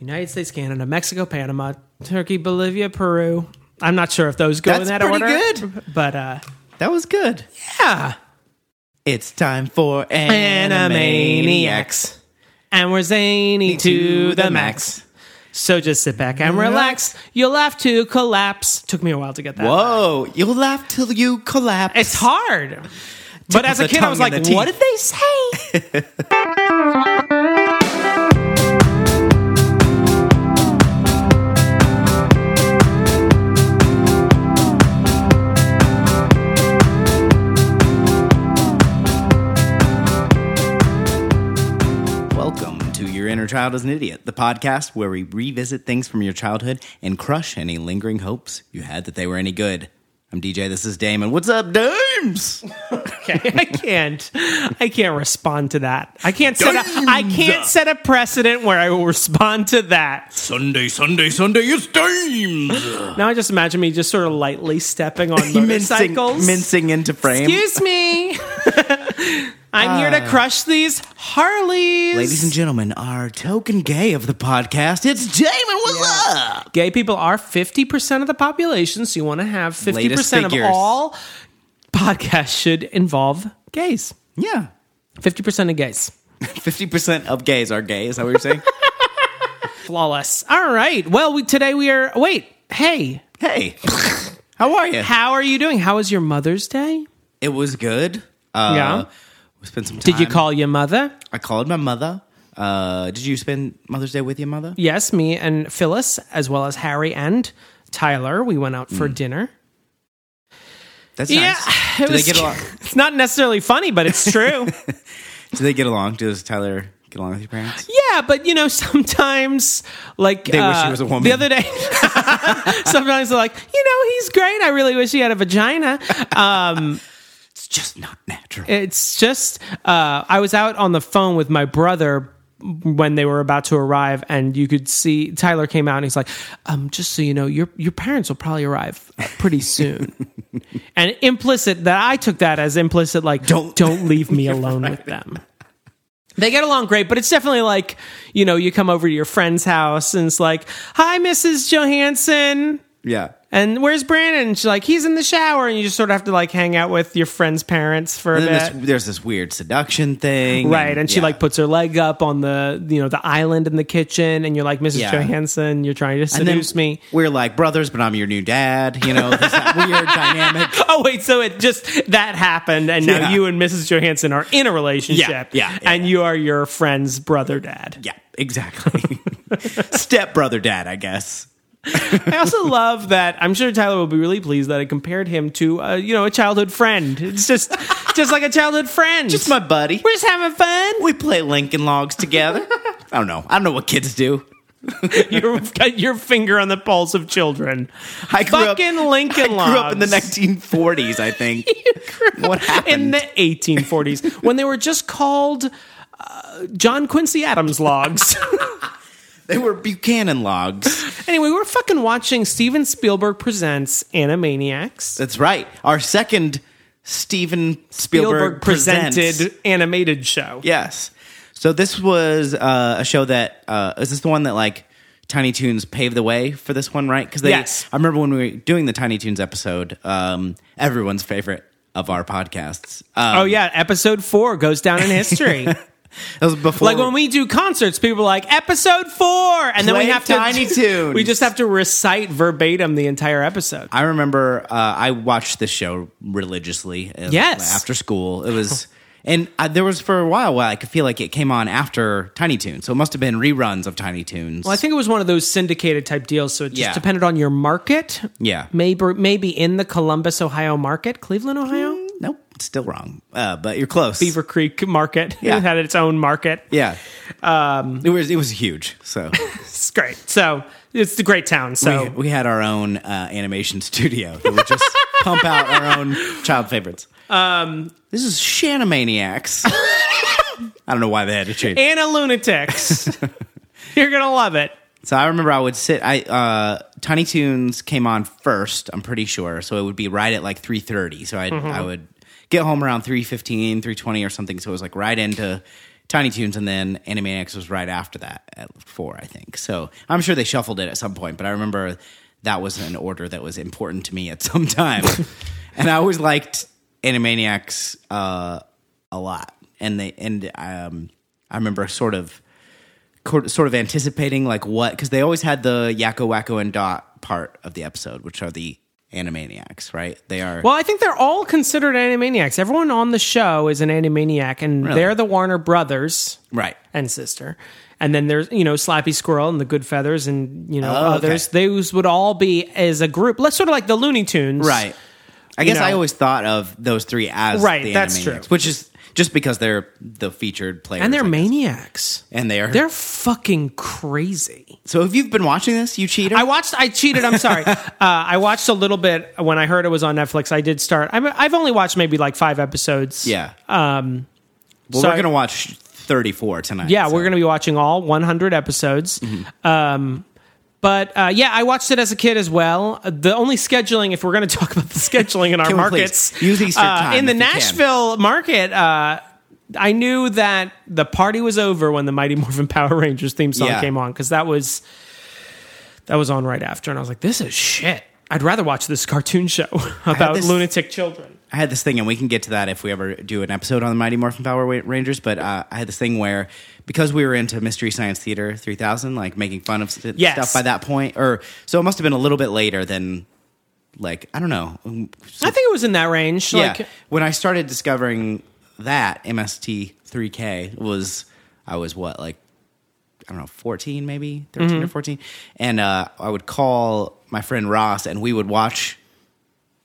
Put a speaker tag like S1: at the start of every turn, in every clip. S1: United States, Canada, Mexico, Panama, Turkey, Bolivia, Peru. I'm not sure if those go in that
S2: That's pretty
S1: order. But uh
S2: That was good.
S1: yeah.
S2: It's time for Animaniacs.
S1: Animaniacs. And we're zany to the max. So just sit back and relax. You'll have to collapse. Took me a while to get that.
S2: Whoa, you'll laugh till you collapse.
S1: It's hard. But as a
S2: the
S1: kid, I was
S2: tongue
S1: like,
S2: and the
S1: what
S2: teeth."
S1: did they say?
S2: Welcome to Your Inner Child is an Idiot, the podcast where we revisit things from your childhood and crush any lingering hopes you had that they were any good. I'm DJ, this is Damon. What's up, Dames?
S1: okay. I can't. I can't respond to that. I can't set a, I can't set a precedent where I will respond to that.
S2: Sunday, Sunday, Sunday, it's Dames!
S1: Now I just imagine me just sort of lightly stepping on
S2: mincing,
S1: motorcycles.
S2: mincing into frame. Ah.
S1: Excuse me. I'm here to crush these Harleys.
S2: Ladies and gentlemen, our token gay of the podcast, it's Damon. What's up?
S1: gay people are 50% of the population so you want to have 50% of
S2: figures.
S1: all podcasts should involve gays
S2: Yeah.
S1: 50% of gays
S2: 50% of gays are gay, is that what you're saying?
S1: flawless all right well we, today we are wait hey
S2: hey, how are you?
S1: how are you doing how was your mother's day
S2: It was good. Uh,
S1: Yeah.
S2: We spent some time.
S1: did you call your mother
S2: I called my mother. Uh, did you spend Mother's Day with your mother?
S1: yes me and phyllis as well as harry and tyler we went out
S2: Hmm.
S1: for dinner
S2: That's nice.
S1: yeah
S2: Do
S1: it
S2: they
S1: was-
S2: get along?
S1: it's not necessarily funny but it's true
S2: Do they get along? Does Tyler get along with your parents?
S1: Yeah, but you know, sometimes like uh,
S2: They wish he was a woman.
S1: The other day, sometimes they're like, you know, he's great. I really wish he had a vagina.
S2: It's just not natural.
S1: It's just uh, I was out on the phone with my brother when they were about to arrive, and you could see Tyler came out and he's like, um, "Just so you know, your your parents will probably arrive uh, pretty soon." and implicit that I took that as implicit, like
S2: Don't-
S1: don't don't leave me alone with them. They get along great, but it's definitely like you know you come over to your friend's house and it's like, "Hi, Mrs. Johansson."
S2: yeah.
S1: And where's Brandon? And she's like, he's in the shower, and you just sort of have to like hang out with your friend's parents for a
S2: And
S1: bit
S2: then this, there's this weird seduction thing.
S1: right and, she
S2: yeah.
S1: like puts her leg up on the you know the island in the kitchen and you're like mrs
S2: Yeah.
S1: johansson you're trying to
S2: And then
S1: seduce me
S2: We're like brothers, but I'm your new dad. You know, there's that weird dynamic.
S1: oh wait so it just that happened and now
S2: Yeah.
S1: you and mrs johansson are in a relationship
S2: Yeah, yeah, yeah,
S1: and you are your friend's brother dad
S2: Yeah, exactly. Step brother, dad, I guess.
S1: i also love that i'm sure tyler will be really pleased that i compared him to uh, you know a childhood friend it's just just like a childhood friend
S2: Just my buddy.
S1: we're just having fun
S2: We play Lincoln Logs together. I don't know. I don't know what kids do.
S1: you've got your finger on the pulse of children
S2: I grew up-
S1: fucking lincoln
S2: I grew up in the
S1: Logs.
S2: 1940s, I think. what
S1: in
S2: happened?
S1: the 1840s when they were just called uh, John Quincy Adams logs.
S2: they were Buchanan logs.
S1: anyway, we're fucking watching Steven Spielberg presents Animaniacs.
S2: That's right. Our second Steven
S1: Spielberg
S2: Spielberg, presents.
S1: presented animated show.
S2: Yes. So this was uh, a show that uh, is this the one that like Tiny Toons paved the way for this one, right? Because
S1: Yes.
S2: I remember when we were doing the Tiny Toons episode, um, everyone's favorite of our podcasts. Um,
S1: Oh yeah, episode four goes down in history.
S2: it was before
S1: like when we do concerts, people are like episode four, and then we
S2: Play
S1: have to
S2: Tiny Toons.
S1: We just have to recite verbatim the entire episode.
S2: I remember uh, I watched this show religiously. uh,
S1: Yes.
S2: after school it was, and I, there was for a while where I could feel like it came on after Tiny Toons, so it must have been reruns of Tiny Toons.
S1: Well, I think it was one of those syndicated type deals, so it just
S2: Yeah.
S1: depended on your market.
S2: Yeah.
S1: maybe maybe in the Columbus, Ohio market, Cleveland, Ohio.
S2: nope, it's still wrong, uh, but you're close.
S1: Beaver Creek Market.
S2: Yeah.
S1: It had its own market.
S2: Yeah, um, it was it was huge. So
S1: It's great. So it's a great town. So
S2: we, we had our own uh, animation studio that would just pump out our own child favorites. Um, this is Shanamaniacs. I don't know why they had to change.
S1: Anna Lunatics. You're gonna love it.
S2: So I remember I would sit. I uh, Tiny Toons came on first. I'm pretty sure. So it would be right at like 3:30. So I I would get home around 3:15, 3:20 or something. So it was like right into Tiny Toons, and then Animaniacs was right after that at four, I think. So I'm sure they shuffled it at some point, but I remember that was an order that was important to me at some time, and I always liked Animaniacs uh, a lot. And they and um, I remember sort of cor- sort of anticipating like what because they always had the Yakko Wacko and Dot part of the episode, which are the Animaniacs, right? They are
S1: Well, I think they're all considered animaniacs. Everyone on the show is an animaniac, and they're the Warner Brothers
S2: right.
S1: and sister. And then there's you know Slappy Squirrel and the Good Feathers and you know
S2: Oh, okay.
S1: others. Those would all be as a group. Let's sort of like the Looney Tunes,
S2: Right. I guess I
S1: know.
S2: always thought of those three as
S1: Right,
S2: The
S1: that's
S2: Animaniacs,
S1: true.
S2: Which is just because they're the featured players,
S1: And they're
S2: I guess.
S1: maniacs.
S2: and they are.
S1: They're fucking crazy.
S2: so if you've been watching this, you cheater.
S1: I watched. I cheated. I'm sorry. uh, I watched a little bit when I heard it was on Netflix. I did start. I'm, I've only watched maybe like five episodes.
S2: yeah. Um. Well,
S1: so
S2: we're
S1: I-
S2: gonna watch thirty-four tonight.
S1: Yeah,
S2: so-
S1: we're going to be watching all 100 episodes. Um, but uh, yeah, I watched it as a kid as well. The only scheduling, if we're going to talk about the scheduling in our
S2: Can we please
S1: markets,
S2: use Easter
S1: uh,
S2: time
S1: in the
S2: if you can.
S1: Nashville market. Uh, I knew that the party was over when the Mighty Morphin Power Rangers theme song
S2: Yeah.
S1: came on because that was that was on right after, and I was like, "This is shit." I'd rather watch this cartoon show about
S2: this-
S1: lunatic children.
S2: I had this thing, and we can get to that if we ever do an episode on the Mighty Morphin Power Wa- Rangers. But uh, I had this thing where, because we were into Mystery Science Theater 3000, like making fun of st-
S1: Yes.
S2: stuff by that point, or so it must have been a little bit later than, like, I don't know, Mm,
S1: I think it was in that range.
S2: yeah.
S1: Like,
S2: when I started discovering that MST3K was, I was what, like, I don't know, 14 maybe, 13
S1: Mm-hmm.
S2: or 14. And uh, I would call my friend Ross and we would watch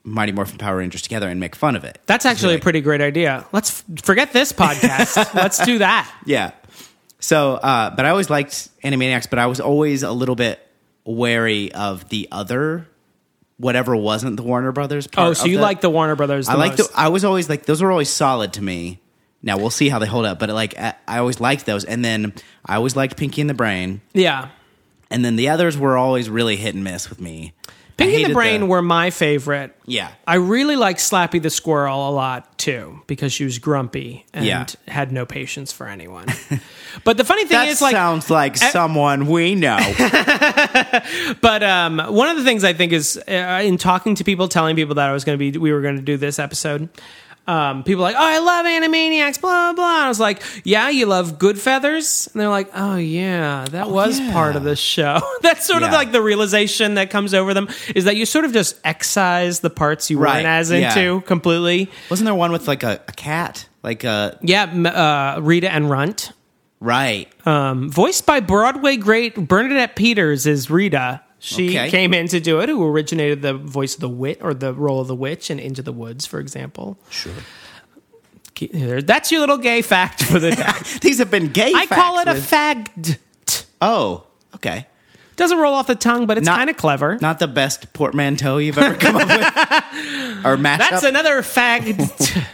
S2: Mighty Morphin Power Rangers together and make fun of it.
S1: That's actually a pretty great idea. Let's f- forget this podcast. Let's do that.
S2: Yeah. So, uh, but I always liked Animaniacs, but I was always a little bit wary of the other, whatever wasn't the Warner Brothers part.
S1: Oh, so
S2: of
S1: you
S2: the-
S1: like the Warner Brothers? The
S2: I like
S1: most.
S2: the. I was always like those were always solid to me. Now we'll see how they hold up, but like I, I always liked those, and then I always liked Pinky and the Brain,
S1: yeah.
S2: and then the others were always really hit and miss with me. I
S1: Pinky and the
S2: hated
S1: Brain were my favorite.
S2: yeah,
S1: I really liked Slappy the Squirrel a lot too because she was grumpy and
S2: Yeah.
S1: had no patience for anyone. but the funny thing
S2: that
S1: is, like, e-
S2: sounds like someone we know.
S1: But um, one of the things I think is uh, in talking to people, telling people that I was going to be, we were going to do this episode. Um, people are like, oh, I love Animaniacs, blah blah. blah. And I was like, yeah, you love Good Feathers, and they're like, oh yeah, that was
S2: yeah.
S1: part of the show. That's sort of
S2: Yeah.
S1: like the realization that comes over them is that you sort of just excise the parts you
S2: Right,
S1: weren't as
S2: yeah.
S1: into completely.
S2: Wasn't there one with like a, a cat? Like a
S1: Yeah, m- uh, Rita and Runt, Um,
S2: right?
S1: voiced by Broadway great Bernadette Peters, is Rita. She
S2: Okay.
S1: came in to do it, who originated the voice of the wit or the role of the witch in Into the Woods, for example.
S2: sure.
S1: Ke- there- That's your little gay fact for the day.
S2: These have been gay.
S1: I call it
S2: facts
S1: a
S2: with-
S1: fagged.
S2: oh, okay.
S1: Doesn't roll off the tongue, but it's
S2: Not-
S1: kind of clever.
S2: Not the best portmanteau you've ever come up with, or mashup.
S1: That's another fagged,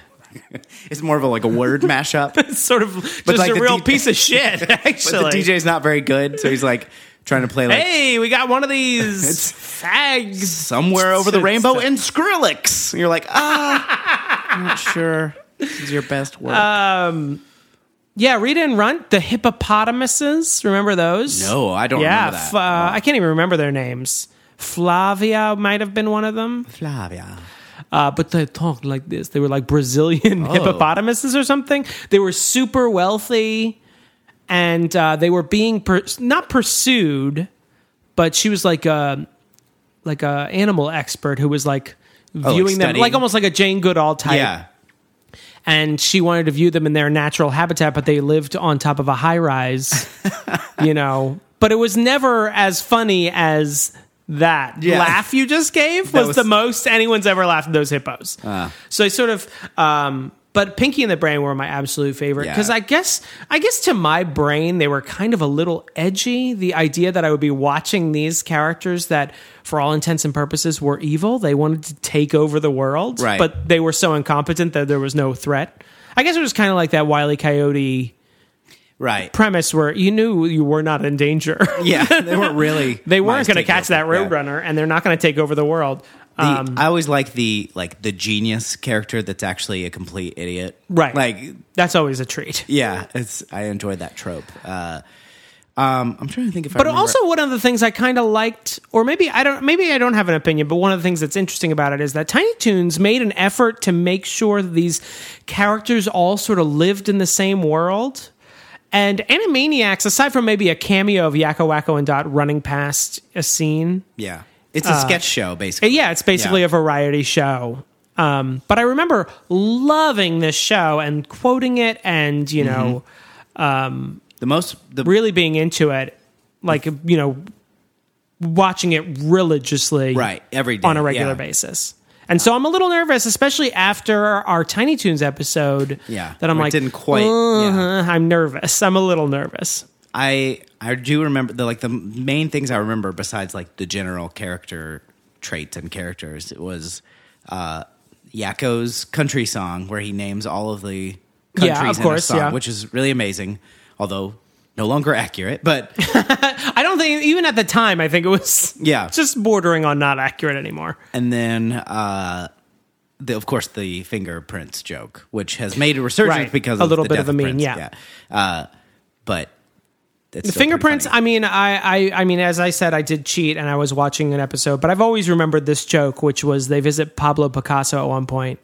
S2: it's more of a, like a word mashup.
S1: sort of just
S2: like
S1: a
S2: the
S1: real
S2: DJ
S1: piece of shit, actually.
S2: But the DJ's not very good, so he's like trying to play like
S1: hey, we got one of these fags.
S2: somewhere over the
S1: It's
S2: rainbow
S1: the-
S2: in Skrillex. And you're like, ah, I'm not sure. This is your best work.
S1: Uh, Yeah, Rita and Runt, the hippopotamuses. Remember those?
S2: No, I don't
S1: yeah,
S2: remember that.
S1: f- uh, I can't even remember their names. Flavia might have been one of them,
S2: Flavia.
S1: uh, but they talked like this. They were like Brazilian
S2: Oh.
S1: hippopotamuses or something. They were super wealthy, and uh, they were being per- not pursued, but she was like a like a animal expert who was like
S2: Oh, like
S1: viewing them
S2: studying?
S1: like almost like a Jane Goodall type
S2: Yeah.
S1: and she wanted to view them in their natural habitat, but they lived on top of a high rise, you know. But it was never as funny as that
S2: Yeah.
S1: laugh you just gave
S2: That
S1: was,
S2: was- Ah.
S1: the most anyone's ever laughed at those hippos. So I sort of, um, but Pinky and the Brain were my absolute favorite
S2: Yeah.
S1: because I guess, I guess to my brain they were kind of a little edgy. The idea that I would be watching these characters that, for all intents and purposes, were evil. They wanted to take over the world,
S2: Right.
S1: but they were so incompetent that there was no threat. I guess it was kind of like that Wile E. Coyote
S2: Right.
S1: premise where you knew you were not in danger.
S2: yeah. They weren't really.
S1: they weren't going to catch that Um,
S2: roadrunner.
S1: roadrunner, and they're not going to take over the world. Uh,
S2: The, I always like the like the genius character that's actually a complete idiot.
S1: Right.
S2: Like
S1: That's always a treat.
S2: yeah, it's I enjoyed that trope. Uh, um, I'm trying to think if I
S1: But
S2: remember-
S1: also one of the things I kind of liked, or maybe I don't, maybe I don't have an opinion, but one of the things that's interesting about it is that Tiny Toons made an effort to make sure that these characters all sort of lived in the same world. And Animaniacs, aside from maybe a cameo of Yakko Wacko and Dot running past a scene,
S2: yeah, it's a sketch show basically.
S1: uh, yeah, it's basically
S2: Yeah.
S1: a variety show. Um, but I remember loving this show and quoting it, and you know,
S2: Mm-hmm. the most the
S1: really being into it, like you know, watching it religiously,
S2: right every day
S1: on a regular
S2: yeah.
S1: basis. And so I'm a little nervous, especially after our Tiny Toons episode.
S2: Yeah,
S1: that I'm
S2: we
S1: like,
S2: didn't quite-
S1: "Uh-huh," I'm nervous. I'm a little nervous.
S2: I I do remember the like the main things I remember besides like the general character traits and characters it was uh Yakko's country song where he names all of the
S1: Yeah, of
S2: countries in
S1: course,
S2: a song,
S1: yeah.
S2: which is really amazing, although no longer accurate. But
S1: I don't think even at the time, I think it was
S2: Yeah.
S1: just bordering on not accurate anymore.
S2: and then uh the, of course the fingerprints joke, which has made a resurgence
S1: Right.
S2: because
S1: A
S2: of
S1: little
S2: the
S1: bit
S2: death
S1: of a meme,
S2: Prince,
S1: yeah.
S2: Uh but it's
S1: The fingerprints. I mean, I, I, I mean, as I said, I did cheat, and I was watching an episode, but I've always remembered this joke, which was they visit Pablo Picasso at one point,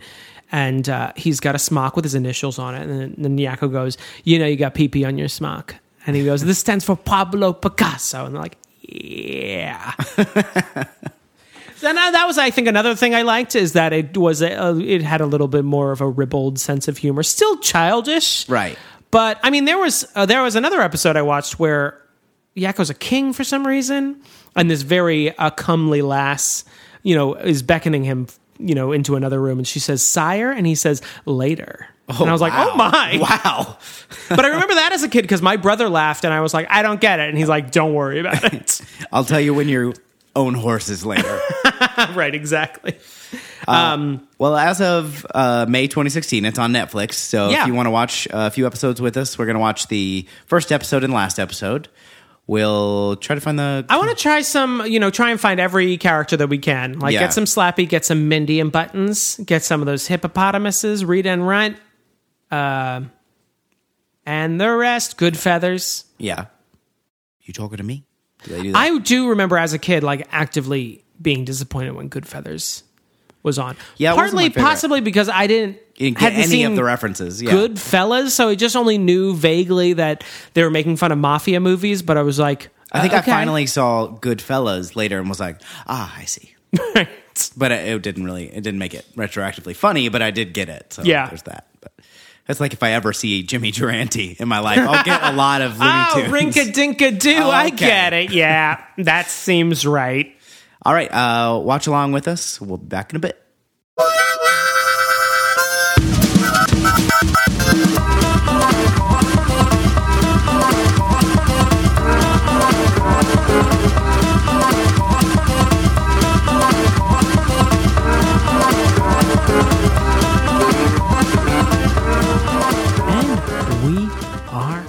S1: and uh, he's got a smock with his initials on it, and then, then Yakko goes, "You know, you got PP on your smock," and he goes, "This stands for Pablo Picasso," and they're like, "Yeah." Then uh, that was, I think, another thing I liked is that it was a, a, it had a little bit more of a ribald sense of humor, still childish,
S2: Right.
S1: But I mean, there was uh, there was another episode I watched where Yakko's a king for some reason, and this very uh, comely lass, you know, is beckoning him, you know, into another room, and she says, "Sire," and he says, "Later." and I was like, "Oh
S2: wow.
S1: my!"
S2: Wow.
S1: But I remember that as a kid because my brother laughed, and I was like, "I don't get it," and he's like, "Don't worry about it."
S2: I'll tell you when your own horse is later.
S1: right? Exactly.
S2: Well, as of uh, May 2016, it's on Netflix. So
S1: Yeah.
S2: if you want to watch a few episodes with us, we're going to watch the first episode and last episode. We'll try to find the.
S1: I want to try some, you know, try and find every character that we can. Like,
S2: Yeah.
S1: get some Slappy, get some Mindy and Buttons, get some of those hippopotamuses, Rita and Runt, uh, and the rest. Good feathers.
S2: yeah. You talking to me? Do they do that?
S1: I do remember as a kid, like actively being disappointed when Good Feathers was on.
S2: Yeah, it wasn't my
S1: partly
S2: favorite.
S1: possibly because I didn't,
S2: You didn't get
S1: hadn't
S2: any
S1: seen
S2: of the references. Yeah.
S1: Good Fellas, so I just only knew vaguely that they were making fun of mafia movies. But I was like,
S2: I think
S1: uh, okay.
S2: I finally saw Goodfellas later and was like, ah, I see. But it, it didn't really, it didn't make it retroactively funny, but I did get it. So
S1: Yeah.
S2: there's that. But that's like if I ever see Jimmy Durante in my life, I'll get a lot of Looney
S1: Oh,
S2: Tunes.
S1: rinka dinka doo.
S2: Oh,
S1: I
S2: okay.
S1: get it. Yeah, that seems right.
S2: All right, uh, watch along with us. We'll be back in a bit.
S1: And we are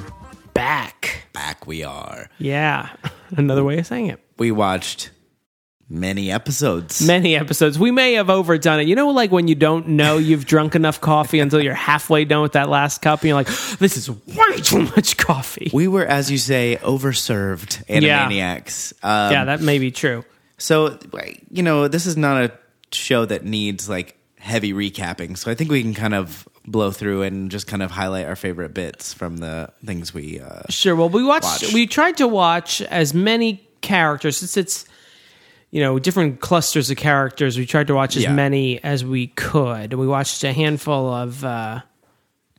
S1: back.
S2: Back we are.
S1: Yeah, another way of saying it.
S2: We watched many episodes.
S1: Many episodes. We may have overdone it. You know, like when you don't know you've drunk enough coffee until you're halfway done with that last cup, and you're like, "This is way too much coffee."
S2: we were, as you say, overserved animaniacs. Um,
S1: yeah, that may be true.
S2: So, you know, this is not a show that needs like heavy recapping. So I think we can kind of blow through and just kind of highlight our favorite bits from the things we. Uh,
S1: Sure. Well, we watched.
S2: Watch.
S1: We tried to watch as many characters since it's you know different clusters of characters. We tried to watch as
S2: Yeah.
S1: many as we could. We watched a handful of uh,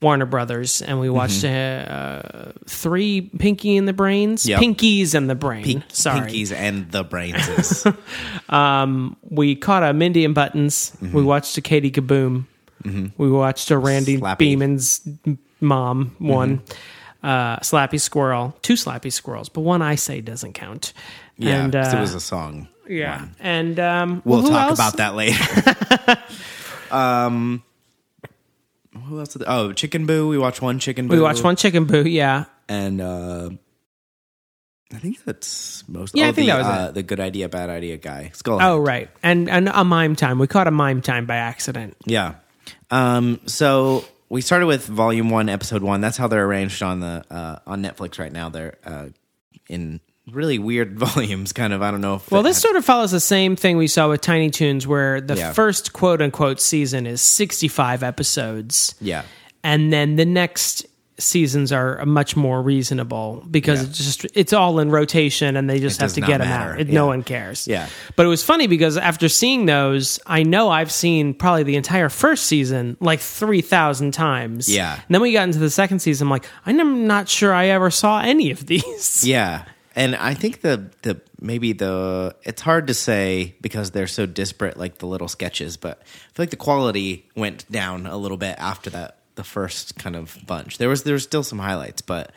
S1: Warner Brothers, and we watched uh, three Pinky and the Brains,
S2: Mm-hmm. Yep.
S1: Pinkies and the Brain. Sorry,
S2: Pinkies and the brains. is-
S1: we caught a Mindy and Buttons.
S2: Mm-hmm.
S1: We watched a Katie Kaboom. We watched a Randy
S2: Slappy.
S1: Beeman's
S2: Mm-hmm.
S1: mom one. Uh, slappy squirrel, two slappy squirrels, but one I say doesn't count.
S2: yeah,
S1: and, uh,
S2: 'cause it was a song.
S1: yeah, and um,
S2: We'll
S1: who
S2: talk
S1: else?
S2: about that later. um, who else? did- Oh, Chicken Boo. We watched one Chicken Boo.
S1: We watched one chicken boo. Yeah,
S2: and uh, I think that's most.
S1: Yeah, I
S2: oh,
S1: think
S2: the,
S1: that was
S2: uh, the good idea, bad idea guy. Skull.
S1: Oh, right. And and a mime time. We caught a mime time by accident.
S2: Yeah. Um, so we started with volume one, episode one. That's how they're arranged on the uh, on Netflix right now. They're uh, in really weird volumes, kind of. I don't know if
S1: Well,
S2: it
S1: this
S2: had-
S1: sort of follows the same thing we saw with Tiny Toons, where the
S2: Yeah.
S1: first quote unquote season is 65 episodes.
S2: yeah,
S1: And then the next seasons are much more reasonable because it's just it's all in rotation and they just
S2: It
S1: have
S2: does
S1: to
S2: not
S1: get them
S2: matter.
S1: out. It,
S2: Yeah.
S1: No one cares.
S2: Yeah.
S1: But it was funny because after seeing those, I know I've seen probably the entire first season like 3,000 times.
S2: Yeah.
S1: And then we got into the second season, I'm like, I'm not sure I ever saw any of these.
S2: yeah. And I think the the maybe the it's hard to say because they're so disparate, like the little sketches. But I feel like the quality went down a little bit after that. The first kind of bunch. There was there was still some highlights, but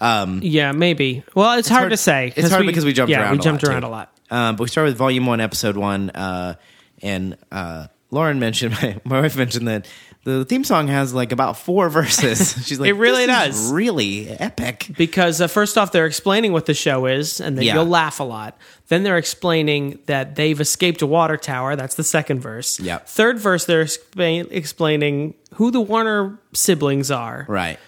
S1: Yeah, maybe. Well, it's, hard,
S2: hard-
S1: to say.
S2: it's hard because we jumped
S1: yeah,
S2: around
S1: we
S2: a
S1: jumped
S2: lot,
S1: around a
S2: too.
S1: lot.
S2: Um, but we started with volume one, episode one, uh, and uh, Lauren mentioned my, my wife mentioned that the theme song has like about four verses. She's like,
S1: It really
S2: "This is
S1: does."
S2: really epic."
S1: Because uh, first off, they're explaining what the show is, and then
S2: Yeah.
S1: you'll laugh a lot. Then they're explaining that they've escaped a water tower. That's the second verse.
S2: Yep.
S1: Third verse, they're explain- explaining who the Warner siblings are.
S2: Right,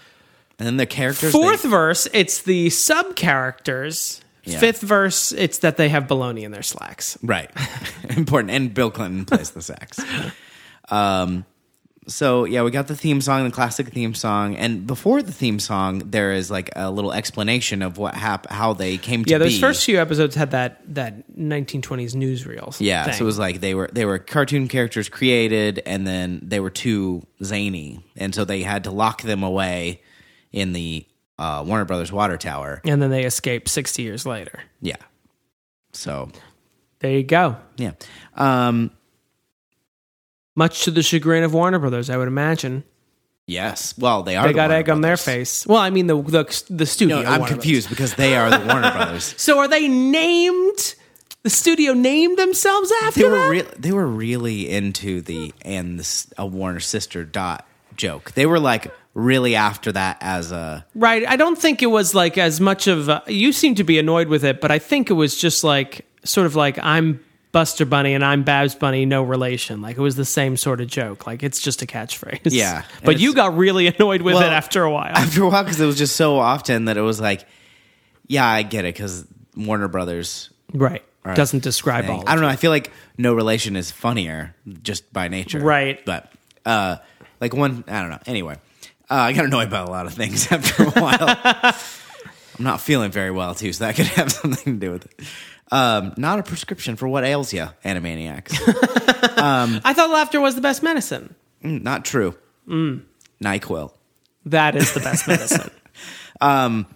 S2: and then the characters. they-
S1: Fourth verse, it's the sub characters.
S2: Yeah.
S1: Fifth verse, it's that they have baloney in their slacks.
S2: right, important. And Bill Clinton plays the sax. Um, so yeah, we got the theme song, the classic theme song, and before the theme song, there is like a little explanation of what hap- how they came to
S1: Yeah, those
S2: be.
S1: first few episodes had that that 1920s newsreels.
S2: Yeah,
S1: thing.
S2: so it was like they were they were cartoon characters created, and then they were too zany, and so they had to lock them away in the uh, Warner Brothers water tower.
S1: and then they escape 60 years later.
S2: Yeah. So
S1: There you go.
S2: yeah, um,
S1: Much to the chagrin of Warner Brothers, I would imagine.
S2: yes. Well, they are.
S1: They
S2: the
S1: got
S2: Warner
S1: egg on their
S2: Brothers.
S1: face. Well, I mean the the, the studio.
S2: No, I'm
S1: Warner
S2: confused because they are the Warner Brothers.
S1: Brothers. So are they named? The studio named themselves after
S2: They were
S1: that?
S2: re- they were really into the and this a Warner sister dot joke. They were like really after that as a
S1: right. I don't think it was like as much of uh, you seem to be annoyed with it, but I think it was just like sort of like I'm Buster Bunny and I'm Babs Bunny, no relation. Like it was the same sort of joke. Like it's just a catchphrase.
S2: Yeah. And
S1: but you
S2: it's-
S1: got really annoyed with
S2: Well,
S1: it after a while.
S2: after a while because it was just so often that it was like, yeah, I get it because Warner Brothers.
S1: right. Doesn't describe
S2: Thing.
S1: all.
S2: I
S1: Of it.
S2: don't know. I feel like no relation is funnier just by nature,
S1: Right.
S2: But uh, like one, I don't know. Anyway, uh, I got annoyed by a lot of things after a while. I'm not feeling very well too, so that could have something to do with it. Um, not a prescription for what ails you, Animaniacs.
S1: I thought laughter was the best medicine.
S2: Mm, not true.
S1: Mm.
S2: Nyquil.
S1: That is the best medicine. um,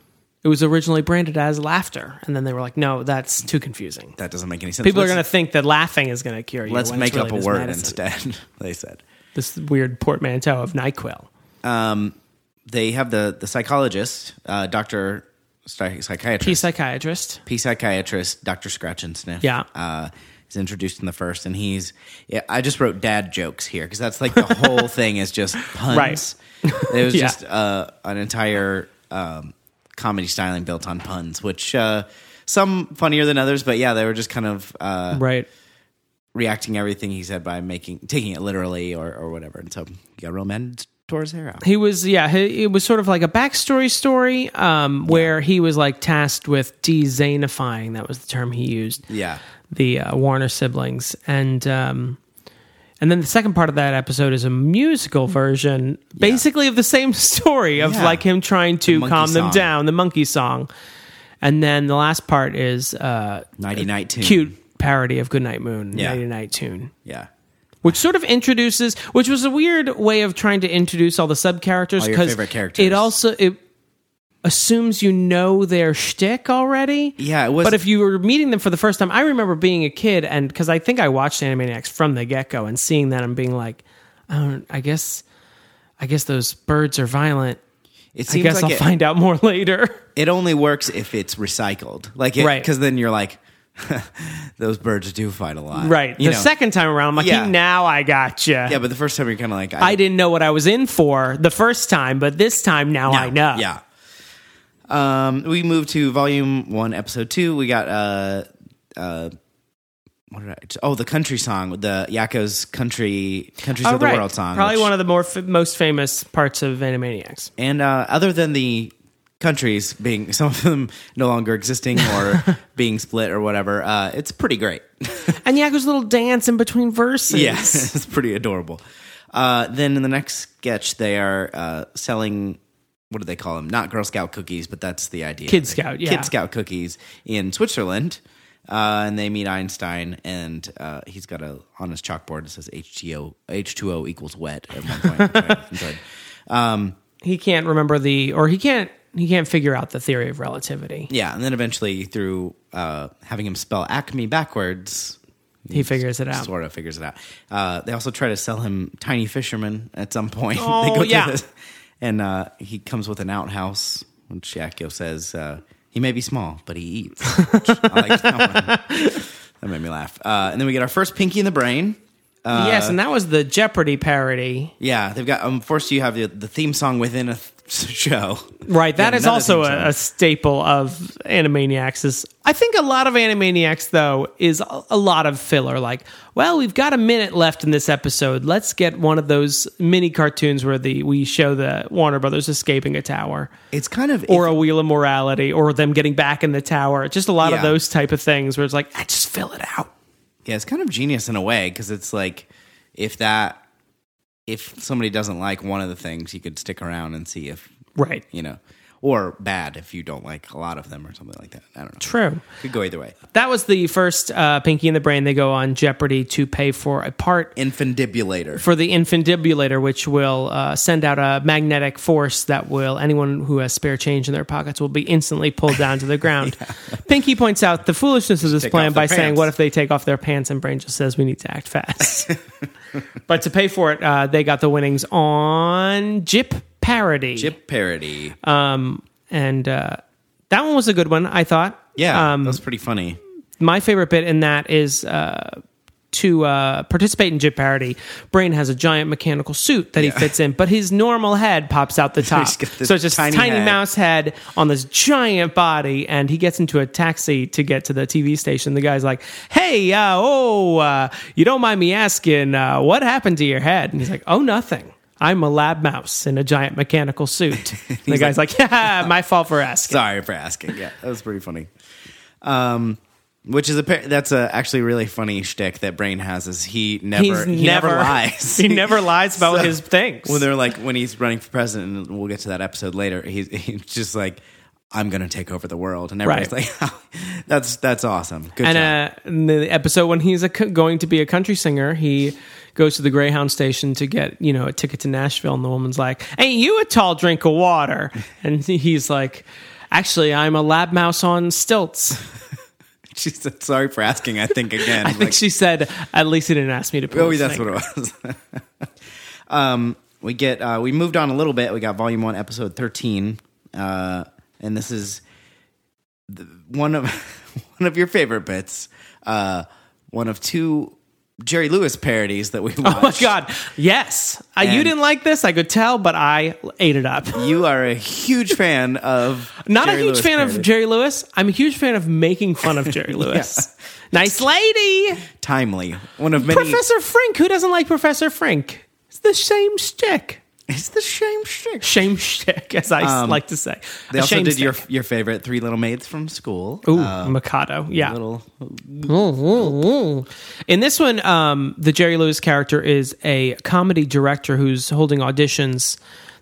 S1: it was originally branded as laughter, and then they were like, "No, that's too confusing.
S2: That doesn't make any sense.
S1: People are
S2: Let's-
S1: going to think that laughing is going to cure you."
S2: let's
S1: when it's
S2: make up a
S1: really just
S2: word
S1: medicine.
S2: instead. they said.
S1: This weird portmanteau of Nyquil.
S2: they have the the psychologist, uh, doctor psy- psychiatrist,
S1: He's a psychiatrist.
S2: P psychiatrist, Doctor Scratch and Sniff.
S1: Yeah.
S2: uh, is introduced in the first, and he's. Yeah, I just wrote dad jokes here because that's like the whole thing is just puns. It was
S1: Yeah.
S2: just uh, an entire um, comedy styling built on puns, which uh, some funnier than others, but yeah, they were just kind of uh,
S1: Right.
S2: reacting everything he said by making taking it literally or or whatever, and so he got real mad. Tore his hair out.
S1: He was, yeah, he, it was sort of like a backstory story um, where he was like tasked with de-zanifying. That was the term he used.
S2: Yeah.
S1: the uh, Warner siblings, and um, and then the second part of that episode is a musical version, basically of the same story of
S2: Hmm. Yeah.
S1: like him trying to
S2: monkey
S1: calm them
S2: song.
S1: down, the monkey song, and then the last part is uh,
S2: Nighty night tune.
S1: cute parody of Goodnight Moon,
S2: Yeah.
S1: Nighty Night Tune.
S2: Yeah.
S1: Which sort of introduces, which was a weird way of trying to introduce all the sub characters
S2: your
S1: because
S2: favorite characters.
S1: it also it assumes you know their shtick already.
S2: Yeah, it was-
S1: But if you were meeting them for the first time, I remember being a kid and because I think I watched Animaniacs from the get go and seeing that and being like, I don't, I guess, I guess those birds are violent.
S2: It
S1: I
S2: seems
S1: guess
S2: like
S1: I'll
S2: it,
S1: find out more later.
S2: it only works if it's recycled. Like, it,
S1: Right.
S2: Because then you're like, those birds do fight a lot.
S1: right. The
S2: You know?
S1: second time around, I'm like,
S2: Yeah.
S1: now I got you.
S2: Yeah, but the first time you're kind of like,
S1: I didn't know what I was in for the first time, but this time now I know.
S2: Yeah. Um, we moved to volume one, episode two. We got uh, uh, what did I? Oh, the country song, the Yakko's country, countries
S1: Oh,
S2: of the
S1: right.
S2: world song.
S1: Probably
S2: which-
S1: one of the more f- most famous parts of Animaniacs.
S2: And uh, other than the countries being some of them no longer existing or being split or whatever, uh, it's pretty great.
S1: And Yakko's little dance in between verses.
S2: Yeah, it's pretty adorable. Uh, then in the next sketch, they are uh, selling what do they call them? Not Girl Scout cookies, but that's the idea.
S1: Kid Scout, yeah.
S2: Kid Scout cookies in Switzerland. Uh, and they meet Einstein, and uh, he's got a on his chalkboard that says H2O, H2O equals wet at one point. which I enjoyed.
S1: He can't remember the or he can't he can't figure out the theory of relativity.
S2: Yeah, and then eventually through uh, having him spell Acme backwards,
S1: He figures it out.
S2: sort of figures it out. Uh, they also try to sell him Tiny Fisherman at some point.
S1: Oh,
S2: they through
S1: yeah.
S2: and uh, he comes with an outhouse, which Yakko says uh, he may be small, but he eats. which I like that, one. That made me laugh. Uh, and then we get our first Pinky in the Brain. uh,
S1: yes, and that was the Jeopardy parody.
S2: Yeah, they've got. Um, first, you have the, the theme song within a th- show.
S1: Right, that
S2: Yeah,
S1: is
S2: another
S1: also
S2: theme song.
S1: a, a staple of Animaniacs. Is I think a lot of Animaniacs though is a, a lot of filler. Like, well, we've got a minute left in this episode. Let's get one of those mini cartoons where the we show the Warner Brothers escaping a tower,
S2: It's kind of
S1: or a Wheel of Morality, or them getting back in the tower. Just a lot
S2: Yeah.
S1: of those type of things where it's like, ah, just fill it out.
S2: Yeah, it's kind of genius in a way because it's like if that if somebody doesn't like one of the things, you could stick around and see if
S1: Right.
S2: you know, or bad if you don't like a lot of them or something like that. I don't know.
S1: True.
S2: Could go either way.
S1: That was the first uh, Pinky and the Brain. They go on Jeopardy to pay for a part
S2: Infundibulator.
S1: for the infundibulator, which will uh, send out a magnetic force that will anyone who has spare change in their pockets will be instantly pulled down to the ground. Pinky points out the foolishness of this plan
S2: off their
S1: by saying,
S2: pants.
S1: "What if they take off their pants?" And Brain just says, "We need to act fast." but to pay for it, uh, they got the winnings on Jip parody,
S2: Chip parody.
S1: and uh, that one was a good one, I thought.
S2: yeah,
S1: Um,
S2: that was pretty funny.
S1: my favorite bit in that is uh, to uh, participate in Jip Parody. Brain has a giant mechanical suit that he fits in, but his normal head pops out the top.
S2: He's got this
S1: so it's just
S2: tiny
S1: tiny,
S2: head.
S1: mouse head on this giant body, and he gets into a taxi to get to the TV station. The guy's like, "Hey, uh, oh, uh, you don't mind me asking, uh, what happened to your head?" And he's like, "Oh, nothing." I'm a lab mouse in a giant mechanical suit. And the guy's like, "Yeah, my fault for asking."
S2: Sorry for asking. Yeah, that was pretty funny. Um, which is a par- that's a actually really funny shtick that Brain has is he never
S1: He's
S2: he never, lies.
S1: He never lies about
S2: So,
S1: his things.
S2: when they're like when he's running for president and we'll get to that episode later he's, he's just like i'm gonna take over the world and everybody's
S1: Right.
S2: like that's that's awesome good job
S1: And uh, in the episode when he's a, co- going to be a country singer, he goes to the Greyhound station to get you know a ticket to Nashville, and the woman's like, "Ain't you a tall drink of water?" And he's like, "Actually, I'm a lab mouse on stilts."
S2: she said sorry for asking i think again
S1: I think she said, "At least he didn't ask me to." Put
S2: oh that's what it was um we get uh we moved on a little bit we got volume one episode 13 uh and this is the, one of one of your favorite bits uh one of two jerry lewis parodies that we watched
S1: Oh my god! Yes, uh, you
S2: And-
S1: didn't like this. I could tell, but I ate it up.
S2: You are a huge fan of
S1: Not
S2: Jerry
S1: a huge
S2: Lewis
S1: fan
S2: parody.
S1: of Jerry Lewis. I'm a huge fan of making fun of Jerry Lewis. Nice lady.
S2: Timely, one of many.
S1: Professor Frink. Who doesn't like Professor Frink? It's the same shtick.
S2: It's the shame shtick.
S1: Shame shtick, as I s- like to say.
S2: Um, They
S1: A
S2: also
S1: shame
S2: did your
S1: stick.
S2: your favorite Three Little Maids from School. Uh,
S1: Ooh, Mikado. Yeah.
S2: Little
S1: In this one, um, the Jerry Lewis character is a comedy director who's holding auditions.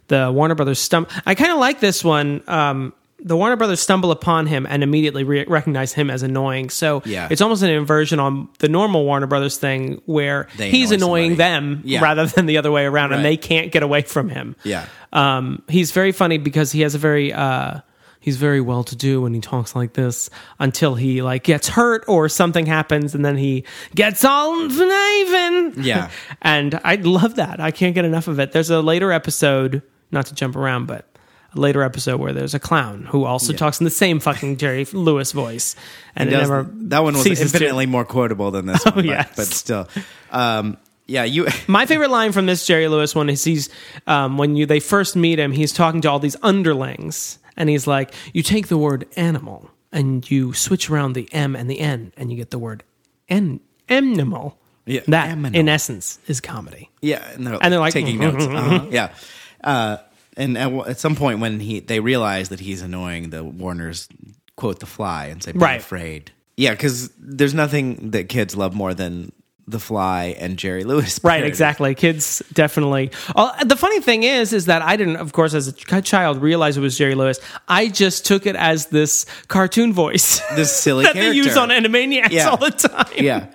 S1: The Warner Brothers stump. I kind of like this one. Um, the Warner Brothers stumble upon him and immediately re- recognize him as annoying. So
S2: Yeah.
S1: it's almost an inversion on the normal Warner Brothers thing where
S2: They
S1: he's
S2: annoy
S1: annoying
S2: somebody.
S1: them
S2: Yeah.
S1: rather than the other way around,
S2: Right.
S1: and they can't get away from him.
S2: yeah.
S1: Um, he's very funny because he has a very uh, he's very well to do when he talks like this until he like gets hurt or something happens and then he gets all even.
S2: Yeah.
S1: and I love that. I can't get enough of it. There's a later episode, not to jump around, but a later episode where there's a clown who also talks in the same fucking Jerry Lewis voice, and it
S2: Does-
S1: never
S2: that one was
S1: ceases to- Oh,
S2: infinitely more quotable than this one, but,
S1: yes.
S2: but still, um, yeah. You
S1: My favorite line from this Jerry Lewis one is he's um, when you they first meet him, he's talking to all these underlings. and he's like, you take the word animal and you switch around the M and the N, and you get the word en- animal.
S2: Yeah,
S1: that
S2: aminal.
S1: in essence is comedy.
S2: Yeah, and they're,
S1: And they're like,
S2: taking
S1: mhm,
S2: notes. Uh-huh. Yeah, uh, and at, at some point when he they realize that he's annoying, the Warners quote the Fly and say, "Be
S1: Right.
S2: afraid." Yeah, because there's nothing that kids love more than the Fly and Jerry Lewis.
S1: Right,
S2: parody.
S1: exactly. Kids definitely. Uh, the funny thing is, is that I didn't, of course, as a ch- child, realize it was Jerry Lewis. I just took it as this cartoon voice
S2: This silly
S1: that
S2: character.
S1: they use on Animaniacs
S2: Yeah.
S1: all the time.
S2: yeah.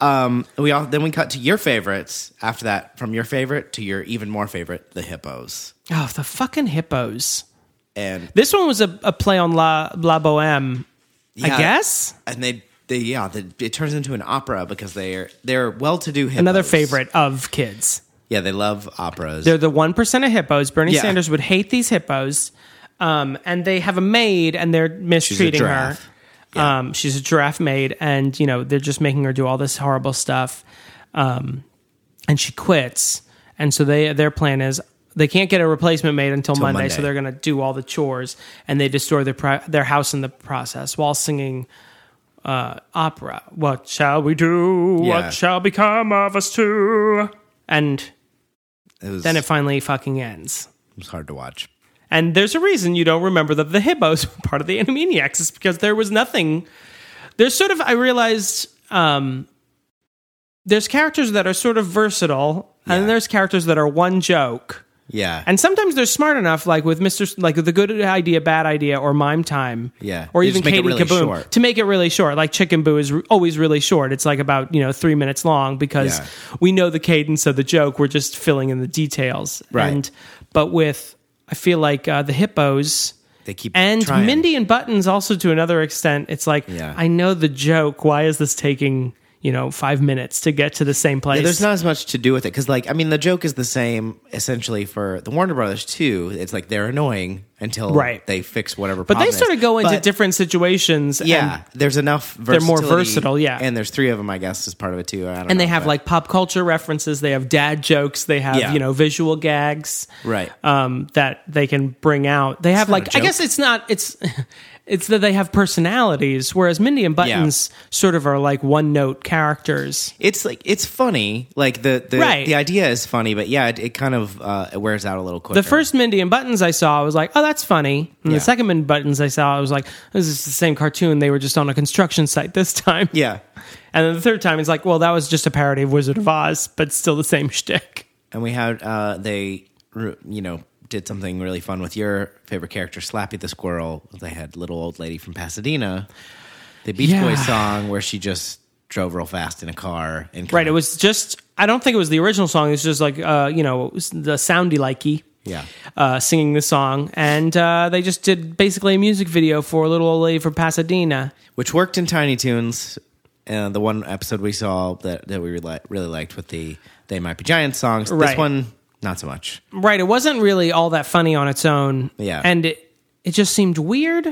S2: Um, we all then we cut to your favorites. After that, from your favorite to your even more favorite, the hippos.
S1: Oh, the fucking hippos.
S2: And
S1: This one was a, a play on La La Boheme,
S2: Yeah.
S1: I guess.
S2: and they, they yeah, the, it turns into an opera because they're they're well-to-do hippos.
S1: Another favorite of kids.
S2: Yeah, they love operas.
S1: They're the one percent of hippos. Bernie
S2: Yeah.
S1: Sanders would hate these hippos, um, and they have a maid, and they're mistreating her.
S2: giraffe.
S1: Um, she's a giraffe maid, and you know they're just making her do all this horrible stuff, um, and she quits. And so they their plan is they can't get a replacement maid until Monday,
S2: Monday.
S1: so they're going to do all the chores, and they destroy their pri- their house in the process while singing. Uh, opera. What shall we do?
S2: Yeah.
S1: What shall become of us two? And
S2: it was,
S1: then it finally fucking ends.
S2: it was hard to watch.
S1: And there's a reason you don't remember that the hippos were part of the Animaniacs. It's because there was nothing. There's sort of I realized um, there's characters that are sort of versatile,
S2: Yeah.
S1: and there's characters that are one joke.
S2: Yeah,
S1: And sometimes they're smart enough, like with Mister, like the good idea, bad idea, or mime time,
S2: Yeah.
S1: or
S2: They
S1: even
S2: just make it
S1: Katie
S2: really
S1: Kaboom,
S2: short.
S1: to make it really short. Like Chicken Boo is re- always really short. It's like about you know three minutes long because
S2: Yeah.
S1: we know the cadence of the joke. We're just filling in the details.
S2: Right.
S1: And but with I feel like uh, the hippos
S2: they keep
S1: and
S2: trying.
S1: Mindy and Buttons also to another extent. It's like
S2: Yeah.
S1: I know the joke. Why is this taking you know five minutes to get to the same place?
S2: Yeah, there's not as much to do with it because, like, I mean, the joke is the same essentially for the Warner Brothers too. It's like they're annoying until
S1: Right.
S2: they fix whatever.
S1: but they sort of go into different situations.
S2: Yeah,
S1: and
S2: there's enough. Versatility,
S1: more versatile, yeah.
S2: and there's three of them. I guess is part of it too. I don't
S1: and they
S2: know,
S1: have
S2: but-
S1: like pop culture references they have dad jokes they have
S2: Yeah.
S1: you know visual gags
S2: Right.
S1: um that they can bring out they have
S2: not a
S1: like i
S2: joke.
S1: guess it's not it's it's that they have personalities whereas mindy and buttons sort of are like one note characters
S2: it's like it's funny. Like the the,
S1: Right.
S2: the idea is funny, but yeah, it, it kind of uh, it wears out a little quicker.
S1: the first Mindy and Buttons I saw, I was like, "Oh, that's funny." And
S2: Yeah.
S1: the second Mindy and Buttons I saw, I was like, "This is the same cartoon. They were just on a construction site this time."
S2: yeah,
S1: And then the third time, it's like, "Well, that was just a parody of Wizard of Oz, but still the same shtick."
S2: and we had uh, they re- you know did something really fun with your favorite character slappy the squirrel they had little old lady from pasadena the beach
S1: Yeah.
S2: boys song where she just drove real fast in a car and
S1: Right. It was just. I don't think it was the original song. It's just like uh, you know it was the soundy likey.
S2: Yeah.
S1: Uh, singing this song, and uh, they just did basically a music video for Little Old Lady from Pasadena.
S2: which worked in tiny tunes uh, the one episode we saw that, that we really, really liked with the they might be giants songs this
S1: Right.
S2: one not so much
S1: Right. It wasn't really all that funny on its own.
S2: Yeah.
S1: And it it just seemed weird.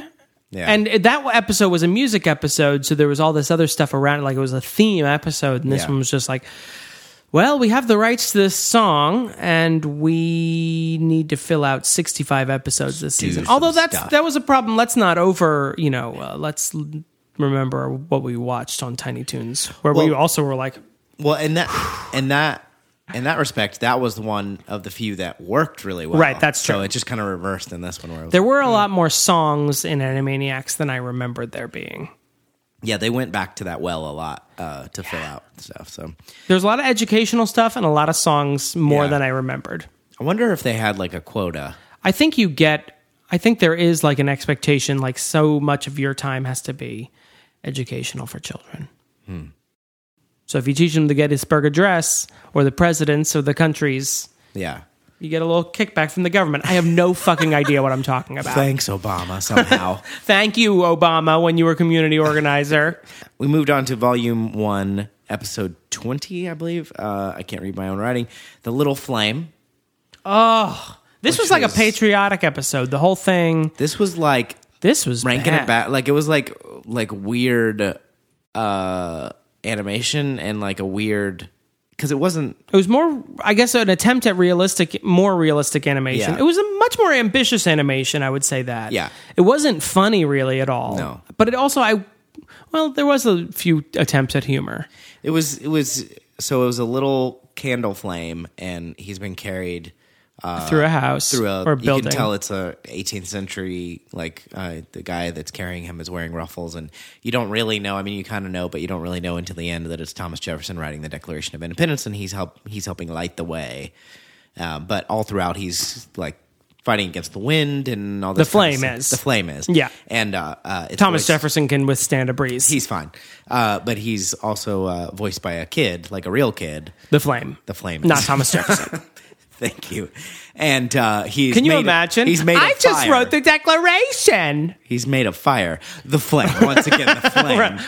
S2: Yeah.
S1: And it- that episode was a music episode, so there was all this other stuff around it. Like it was a theme episode, and this
S2: Yeah.
S1: one was just like, well, we have the rights to this song, and we need to fill out sixty-five episodes this season.
S2: some
S1: Although that's
S2: stuff.
S1: that was a problem. Let's not over. You know, uh, let's l- remember what we watched on Tiny Toons, where we
S2: Well-
S1: also were like,
S2: well and that and that in that respect, that was the one of the few that worked really well.
S1: Right, that's
S2: So
S1: true.
S2: it just kind of reversed in this one where it was
S1: there were a lot more songs in Animaniacs than I remembered there being.
S2: yeah, they went back to that well a lot uh, to fill out stuff. So
S1: There's a lot of educational stuff and a lot of songs more
S2: Yeah.
S1: than I remembered.
S2: I wonder if they had like a quota.
S1: I think you get I think there is like an expectation like so much of your time has to be educational for children.
S2: Hmm.
S1: So if you teach them the Gettysburg Address or the presidents or the countries,
S2: Yeah.
S1: you get a little kickback from the government. I have no fucking idea what I'm talking about. Thank,
S2: Thanks, Obama, somehow.
S1: you, Obama, when you were community organizer.
S2: we moved on to volume one, episode 20, I believe. Uh, I can't read my own writing. The Little Flame.
S1: This
S2: Which
S1: was like
S2: was-
S1: a patriotic episode. The whole thing.
S2: This was like
S1: This was
S2: ranking
S1: bad.
S2: it back. Like it was like like weird uh animation and like a weird because it wasn't
S1: It was more, I guess, an attempt at realistic, more realistic animation.
S2: Yeah.
S1: It was a much more ambitious animation. I would say that.
S2: Yeah.
S1: It wasn't funny really at all.
S2: No.
S1: But it also, I, well, there was a few attempts at humor.
S2: It was it was so it was a little candle flame, and he's been carried uh,
S1: Through a house
S2: through a
S1: or a
S2: You
S1: building.
S2: can tell it's a 18th century like uh, the guy that's carrying him is wearing ruffles, and you don't really know. I mean, you kind of know, but you don't really know until the end that it's Thomas Jefferson writing the Declaration of Independence, and he's help he's helping light the way. Uh, but all throughout, he's like fighting against the wind and all this
S1: The
S2: kind of
S1: flame
S2: stuff.
S1: is.
S2: the flame is
S1: Yeah.
S2: and uh, uh, it's
S1: Thomas
S2: voiced-
S1: Jefferson can withstand a breeze.
S2: he's fine. Uh, but he's also uh, voiced by a kid, like a real kid.
S1: the flame.
S2: The flame.
S1: Not
S2: is-
S1: Thomas Jefferson.
S2: Thank you. And uh, he's
S1: Can you
S2: made of-
S1: imagine?
S2: he's made.
S1: I
S2: of
S1: just
S2: fire.
S1: wrote the Declaration.
S2: He's made of fire. The flame. Once again, the flame.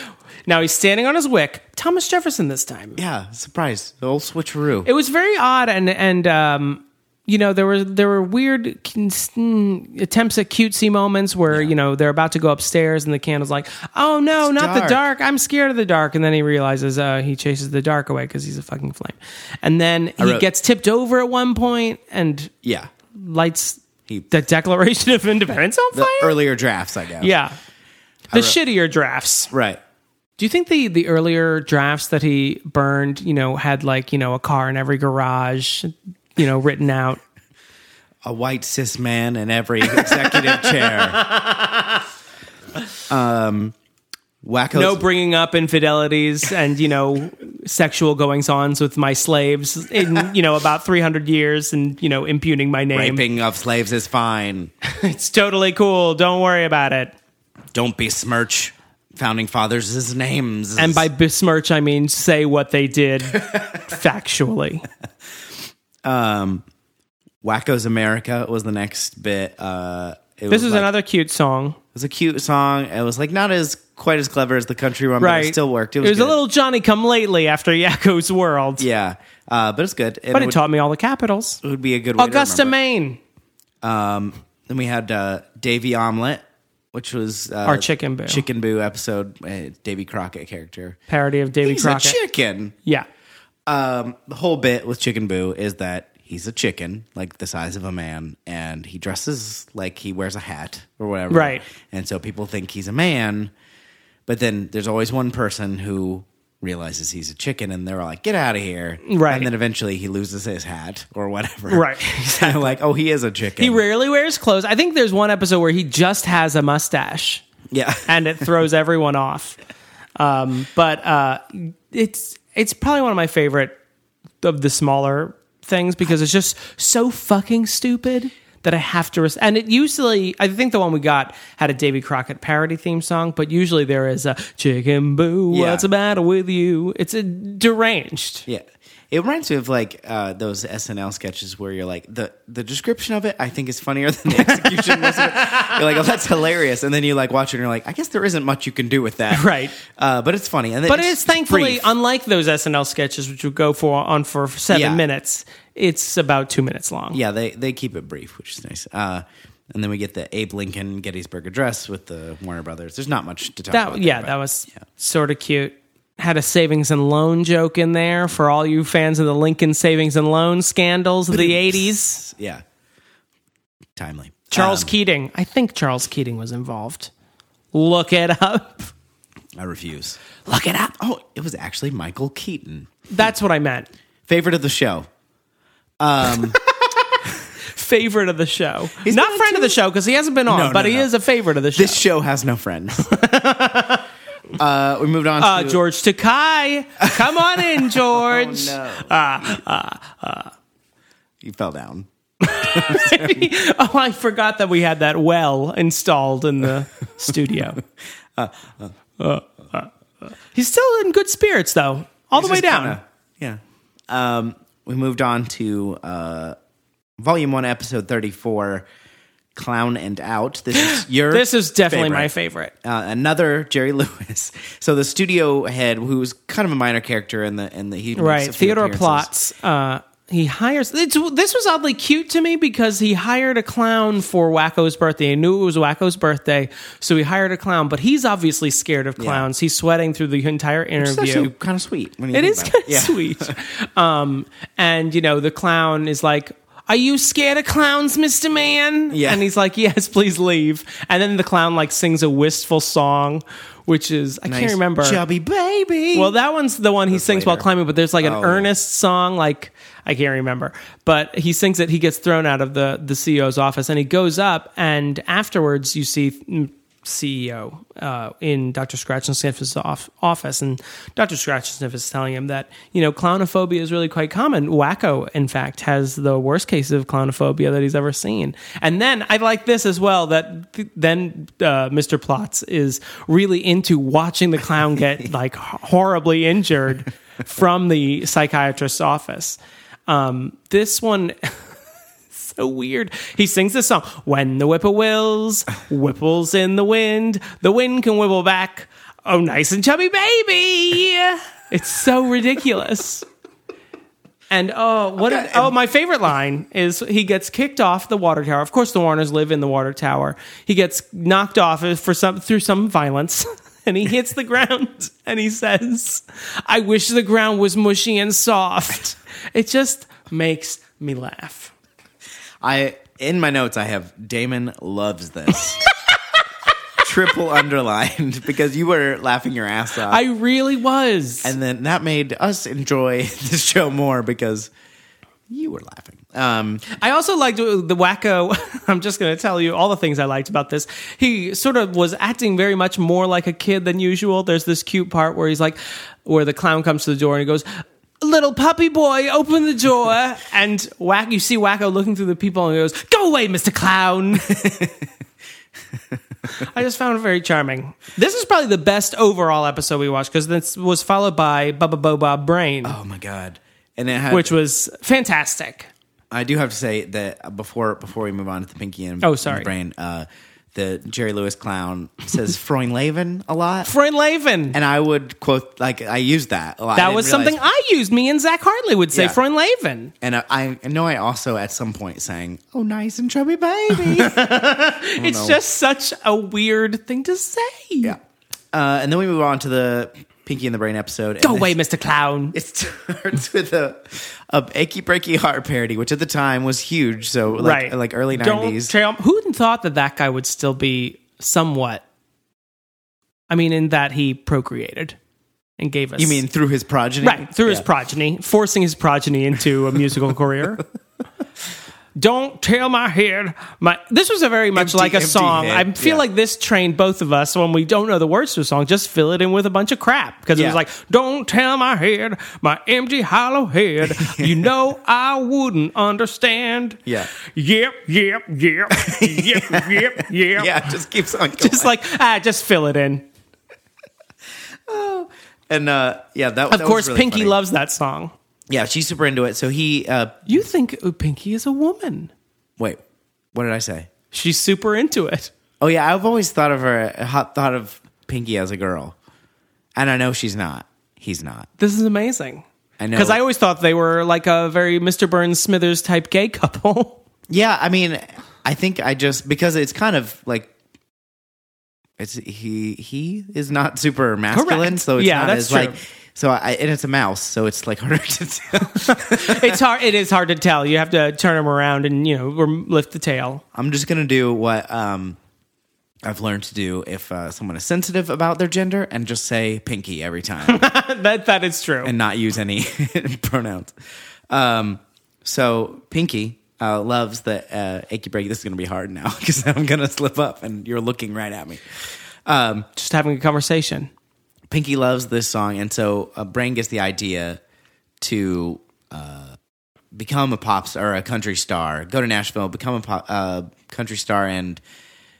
S1: Now he's standing on his wick. Thomas Jefferson this time.
S2: Yeah. Surprise. The old switcheroo.
S1: It was very odd, and and um, you know there were there were weird con- mm, attempts at cutesy moments where you know they're about to go upstairs and the candle's like, oh no, not the
S2: dark.
S1: dark. I'm scared of the dark, and then he realizes uh, he chases the dark away because he's a fucking flame, and then he
S2: wrote-
S1: gets tipped over at one point and
S2: yeah.
S1: lights
S2: He-
S1: the Declaration of Independence on
S2: The
S1: fire.
S2: earlier drafts, I guess.
S1: yeah, the shittier drafts.
S2: Right.
S1: Do you think the the earlier drafts that he burned, you know, had like you know a car in every garage, you know, written out?
S2: A white cis man in every executive chair. Um. Wacko.
S1: No bringing up infidelities and you know sexual goings ons with my slaves in you know about three hundred years and you know impugning my name.
S2: raping of slaves is fine.
S1: It's totally cool. Don't worry about it.
S2: Don't besmirch founding fathers' names.
S1: And by besmirch, I mean say what they did factually.
S2: Wacko's America was the next bit. Uh, it
S1: This is
S2: like-
S1: another cute song,
S2: It was a cute song. It was like not as quite as clever as the country one,
S1: right?
S2: but it still worked. It
S1: It
S2: was,
S1: a
S2: good.
S1: little Johnny Come Lately after Yakko's World,
S2: yeah, uh, but it's good. And
S1: but
S2: it
S1: it
S2: would,
S1: taught me all the capitals.
S2: it would be a good way
S1: Augusta,
S2: To remember.
S1: Maine.
S2: Then we had uh, Davy Omelet, which was uh,
S1: Our Chicken Boo.
S2: Chicken Boo episode. Uh, Davy Crockett character.
S1: parody of Davy
S2: He's
S1: Crockett.
S2: a chicken.
S1: yeah.
S2: um, the whole bit with Chicken Boo is that he's a chicken, like the size of a man, and he dresses like he wears a hat or whatever.
S1: Right.
S2: And so people think he's a man, but then there's always one person who realizes he's a chicken and they're like, get out of here.
S1: Right.
S2: And then eventually he loses his hat or whatever.
S1: Right.
S2: And they're like, oh, he is a chicken.
S1: He rarely wears clothes. I think there's one episode where he just has a mustache
S2: yeah.
S1: and it throws everyone off. Um, but uh, it's it's probably one of my favorite of the smaller things because it's just so fucking stupid that I have to. Res- and it usually, I think the one we got had a Davy Crockett parody theme song, but usually there is a Chicken Boo,
S2: Yeah.
S1: what's the matter with you? It's a deranged.
S2: Yeah. It reminds me of like uh, those SNL sketches where you're like the the description of it I think is funnier than the execution. was of it. You're like, oh, that's hilarious, and then you like watch it and you're like, I guess there isn't much you can do with that,
S1: Right.
S2: Uh, but it's funny, and
S1: But it's thankfully
S2: brief.
S1: unlike those SNL sketches, which would go for on for seven
S2: Yeah.
S1: minutes. It's about two minutes long.
S2: yeah, they they keep it brief, which is nice. Uh, and then we get the Abe Lincoln Gettysburg Address with the Warner Brothers. There's not much to talk about.
S1: that
S2: there,
S1: yeah,
S2: but-
S1: that was sort of cute. Had a savings and loan joke in there for all you fans of the Lincoln savings and loan scandals of the '80s.
S2: yeah, timely.
S1: Charles
S2: Um,
S1: Keating, I think Charles Keating was involved. Look it up.
S2: I refuse. Look it up. Oh, it was actually Michael Keaton,
S1: That's what I meant.
S2: favorite of the show.
S1: Favorite of the show,
S2: He's
S1: not
S2: been on
S1: friend of the
S2: two-
S1: show because he hasn't been on,
S2: No, no,
S1: but he
S2: no.
S1: is a favorite of the show.
S2: This show has no friends. uh, we moved on
S1: Uh,
S2: to
S1: George Takai, come on in, George.
S2: Oh,
S1: Uh,
S2: No. You fell down.
S1: Oh, I forgot that we had that well installed in the studio. Uh, uh, uh. He's still in good spirits, though, all the way
S2: Just
S1: down.
S2: kinda- yeah. Um, we moved on to uh, volume one, episode 34 Clown and Out. This is your.
S1: this is definitely my favorite.
S2: uh, another Jerry Lewis. So the studio head, who was kind of a minor character in the in the he makes a
S1: Right.
S2: few
S1: Theodore
S2: appearances.
S1: Plotz uh, he hires it's, this was oddly cute to me because he hired a clown for wacko's birthday he knew it was wacko's birthday so he hired a clown but he's obviously scared of clowns he's sweating through the entire
S2: It's
S1: interview
S2: actually kind of sweet. When you
S1: it
S2: think
S1: is
S2: about
S1: kind of
S2: Yeah.
S1: sweet um and you know the clown is like are you scared of clowns, Mr. Man?
S2: Yeah.
S1: And he's like, Yes, please leave. And then the clown like sings a wistful song, which is I can't
S2: Nice.
S1: remember.
S2: Chubby baby.
S1: Well, that one's the one he sings while
S2: later.
S1: climbing, but there's like an
S2: Oh, yeah.
S1: earnest song, like I can't remember. But he sings it. He gets thrown out of the the CEO's office, and he goes up, and afterwards you see. mm, CEO uh, in Dr. Scratch and Sniff's off- office, and Dr. Scratch and Sniff is telling him that you know clownophobia is really quite common. Wacko, in fact, has the worst case of clownophobia that he's ever seen. And then I like this as well that th- then uh, Mr. Plotz is really into watching the clown get like h- horribly injured from the psychiatrist's office. Um, this one so weird. He sings this song When the whippoorwills whipples in the wind, the wind can whipple back. Oh, nice and chubby baby. It's so ridiculous. And oh, what? a- oh, my favorite line is he gets kicked off the water tower. Of course, the Warners live in the water tower. He gets knocked off for some through some violence, and he hits the ground. And he says, "I wish the ground was mushy and soft." It just makes me laugh.
S2: I in my notes I have Damon loves this. Triple underlined because you were laughing your ass off.
S1: I really was.
S2: and then that made us enjoy this show more because you were laughing. Um,
S1: I also liked the wacko. I'm just going to tell you all the things I liked about this. He sort of was acting very much more like a kid than usual. There's this cute part where he's like, where the clown comes to the door and he goes, Little puppy boy, open the door. And whack, you see Wacko looking through the people and he goes, Go away, Mr. Clown. I just found it very charming. This is probably the best overall episode we watched because this was followed by Bubba Boba Brain,
S2: oh my god! And it had,
S1: which was fantastic.
S2: I do have to say that before before we move on to the pinky and
S1: Oh,
S2: and
S1: sorry.
S2: the brain, uh, the Jerry Lewis clown says Freundleben a lot,
S1: Friend Laven.
S2: and I would quote like I used that a lot. I
S1: That
S2: didn't
S1: was
S2: realize-
S1: something I used. Me and Zach Hartley would say
S2: Yeah.
S1: Freundlaven.
S2: And I, I know I also at some point sang, "Oh, nice and chubby baby."
S1: It's
S2: no.
S1: just such a weird thing to say.
S2: yeah. Uh, and then we move on to the Pinky and the Brain episode.
S1: Go away, Mr. Clown.
S2: It starts with a, a achy breaky heart parody, which at the time was huge. So like
S1: right.
S2: like early
S1: Don't
S2: nineties.
S1: tell- Who thought that that guy would still be somewhat. I mean, in that he procreated and gave us.
S2: you mean through his progeny?
S1: Right, through his
S2: Yeah.
S1: progeny, forcing his progeny into a musical career. Don't tell my head. My this was a very much
S2: Empty-
S1: like a
S2: empty
S1: song.
S2: head,
S1: I feel
S2: yeah.
S1: like this trained both of us when we don't know the words to a song, just fill it in with a bunch of crap because it
S2: Yeah.
S1: was like, "Don't tell my head, my empty hollow head. you know I wouldn't understand."
S2: Yeah.
S1: Yep. Yep. Yep. yep. Yep. Yep.
S2: Yeah, it just keeps on going.
S1: Just like ah, just fill it in.
S2: and uh, yeah, that.
S1: Of course, Pinky loves that song.
S2: Yeah, she's super into it. So he. Uh,
S1: You think oh, Pinky is a woman?
S2: wait, what did I say?
S1: She's super into it.
S2: Oh yeah, I've always thought of her. ha- Thought of Pinky as a girl, and I know she's not. He's not.
S1: This is amazing.
S2: I know.
S1: Because I always thought they were like a very Mr. Burns Smithers type gay couple.
S2: Yeah, I mean, I think I just because it's kind of like it's he he is not super masculine,
S1: Correct.
S2: so it's
S1: Yeah,
S2: not
S1: that's
S2: as like
S1: true.
S2: so I and it's a mouse, so it's like harder to tell.
S1: it's hard. It is hard to tell. You have to turn them around and you know rem- lift the tail.
S2: I'm just gonna do what um I've learned to do if uh, someone is sensitive about their gender and just say pinky every time
S1: that that is true.
S2: and not use any pronouns. Um, so pinky. Uh, loves the uh, achy break. This is gonna be hard now because I'm gonna slip up, and you're looking right at me.
S1: Just having a conversation.
S2: Pinky loves this song, and so uh, Brain gets the idea to uh, become a pop star, or a country star, go to Nashville, become a pop, uh, country star, and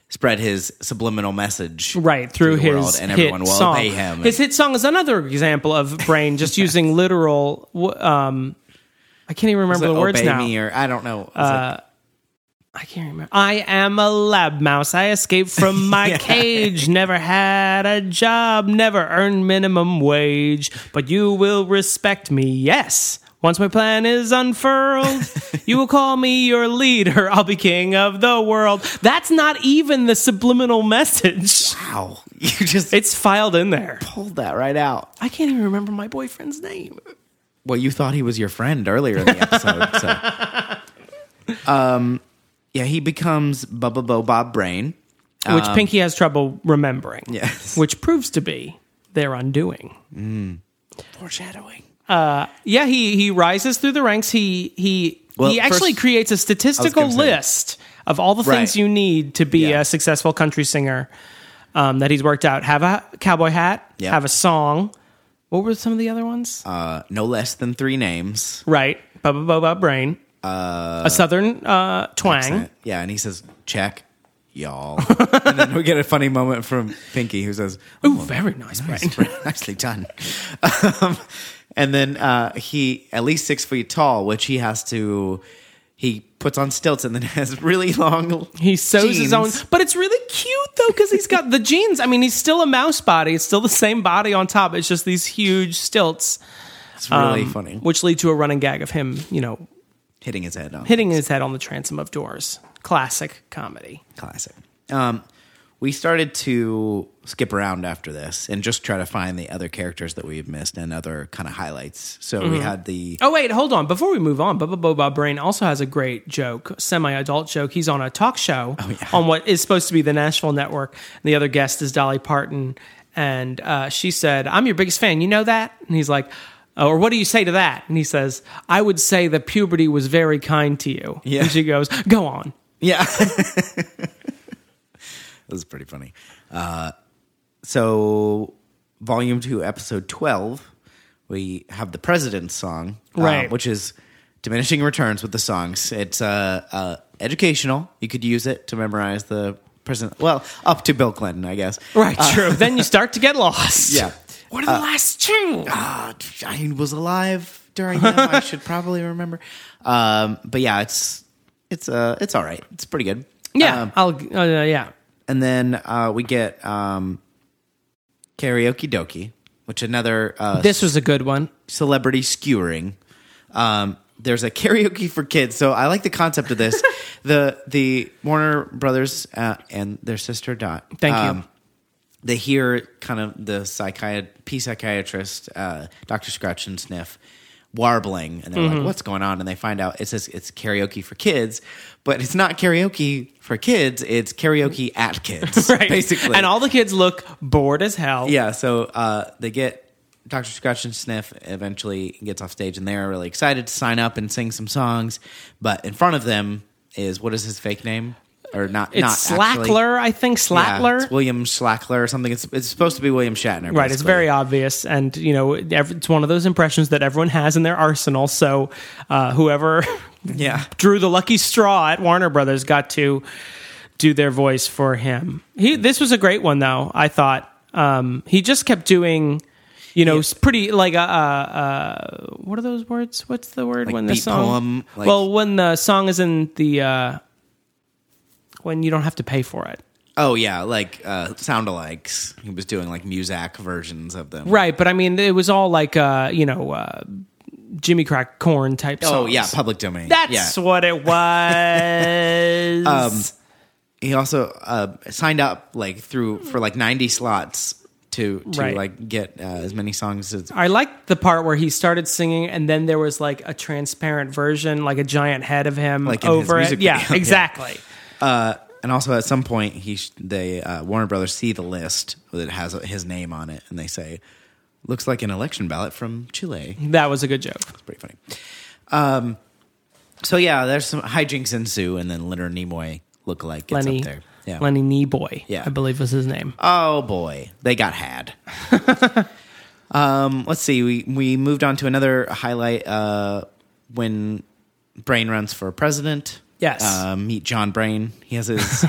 S2: spread his subliminal message
S1: Right through
S2: to the
S1: his
S2: world, and
S1: hit
S2: everyone will
S1: song.
S2: obey him.
S1: His hit song is another example of brain just using literal. w- Um, I can't even
S2: Is it
S1: remember the words
S2: obey
S1: now. Uh,
S2: me, or I don't know. Is it-
S1: I can't remember. I am a lab mouse. I escaped from my cage. Never had a job. Never earned minimum wage. But you will respect me. Yes. Once my plan is unfurled, you will call me your leader. I'll be king of the world. That's not even the subliminal message.
S2: Wow. You just
S1: It's filed in there.
S2: pulled that right out.
S1: I can't even remember my boyfriend's name.
S2: Well, you thought he was your friend earlier in the episode. so. Um, yeah, he becomes Bubba Bo Bob Brain.
S1: Which Pinky has trouble remembering.
S2: Um, Yes. Mm.
S1: Which proves to be their undoing. Uh,
S2: Foreshadowing.
S1: Yeah, he he rises through the ranks. He he
S2: Well,
S1: he actually
S2: first-
S1: creates a statistical
S2: I was gonna say-
S1: list of all the things
S2: Right.
S1: you need to be
S2: Yeah.
S1: a successful country singer um, that he's worked out. Have a cowboy hat.
S2: Yeah.
S1: Have a song. What were some of the other ones?
S2: Uh, no less than three names.
S1: right. Bubba Boba Brain. Uh, a southern uh, twang.
S2: Yeah, and he says, check, y'all. and then we get a funny moment from Pinky who says,
S1: Ooh, very nice, brain.
S2: Oh, Nice, Nicely done. Um, and then uh, he at least six feet tall, which he has to. He puts on stilts and then has really long.
S1: He sews his
S2: jeans.
S1: own, but it's really cute though because he's got the jeans. I mean, he's still a mouse body. It's still the same body on top. It's just these huge stilts,
S2: It's really
S1: um,
S2: funny.
S1: which lead to a running gag of him, you know,
S2: Hitting his head um, on
S1: hitting his head on the transom of doors. Classic comedy.
S2: classic. Um, we started to skip around after this and just try to find the other characters that we've missed and other kind of highlights. So we had the
S1: Oh wait, hold on. Before we move on, Bubba Boba Brain also has a great joke, semi-adult joke. He's on a talk show
S2: Oh, yeah.
S1: on what is supposed to be the Nashville Network. And the other guest is Dolly Parton, and uh, she said, "I'm your biggest fan. You know that?" And he's like, "Oh, "Or what do you say to that?" And he says, "I would say that puberty was very kind to you."
S2: Yeah.
S1: And she goes, "Go on."
S2: Yeah. that was pretty funny. Uh, so, volume two, episode 12, we have the president's song, uh,
S1: Right.
S2: which is diminishing returns with the songs. It's uh, uh, educational. You could use it to memorize the president. Well, up to Bill Clinton, I guess.
S1: Right. True. Uh, then you start to get lost.
S2: Yeah.
S1: What are the last two?
S2: Uh, I was alive during them. I should probably remember. Um, but yeah, it's it's uh, it's all right. It's pretty good.
S1: yeah.
S2: Um,
S1: I'll. Uh, yeah.
S2: and then uh, we get um, karaoke doki, which another uh,
S1: This was a good one.
S2: celebrity skewering. Um, there's a karaoke for kids, so I like the concept of this. the the Warner Brothers uh, and their sister um, Dot.
S1: Thank you.
S2: They hear kind of the psychiat- P psychiatrist, uh, Doctor Scratch and Sniff, warbling, and they're
S1: Mm-hmm.
S2: like, "What's going on?" And they find out it says it's karaoke for kids, but it's not karaoke for kids. It's karaoke at kids,
S1: Right.
S2: basically,
S1: And all the kids look bored as hell.
S2: yeah, so uh, they get Dr. Scratch and Sniff eventually gets off stage and they're really excited to sign up and sing some songs. But in front of them is what is his fake name? Or not
S1: It's
S2: not actually-
S1: Slackler, I think.
S2: Yeah,
S1: Slackler.
S2: it's William Slackler or something. It's it's supposed to be William Shatner.
S1: right. It's
S2: basically.
S1: very obvious. And, you know, ev- it's one of those impressions that everyone has in their arsenal. So uh, whoever
S2: Yeah.
S1: drew the lucky straw at Warner Brothers got to do their voice for him. He, this was a great one, though, I thought. Um, he just kept doing. You know, s pretty like uh, uh, uh, what are those words? What's the word when the
S2: beat
S1: song?
S2: poem, like-
S1: well, when the song is in the uh, when you don't have to pay for it.
S2: Oh yeah, like uh soundalikes. He was doing like Muzak versions of them.
S1: Right, but I mean, it was all like uh, you know, uh, Jimmy Crack Corn type songs.
S2: Oh yeah, public domain. yeah. Um,
S1: that's what it was.
S2: he also uh, signed up like through for like 90 slots to to
S1: Right.
S2: like get uh, as many songs as
S1: I liked the part where he started singing, and then there was like a transparent version, like a giant head of him
S2: Like in his
S1: over
S2: music
S1: it. Yeah,
S2: video, yeah.
S1: exactly.
S2: and also at some point he sh- they uh, Warner Brothers see the list that has his name on it and they say looks like an election ballot from Chile.
S1: That was a good joke.
S2: It's pretty funny. Um, so yeah, there's some hijinks ensue and then Leonard Nimoy lookalike gets
S1: Lenny,
S2: up there. Yeah.
S1: Lenny Kneeboy,
S2: Yeah.
S1: I believe was his name.
S2: Oh boy, they got had. um, let's see. We we moved on to another highlight uh, when Brain runs for president.
S1: Yes.
S2: Uh, meet John Brain. He has his.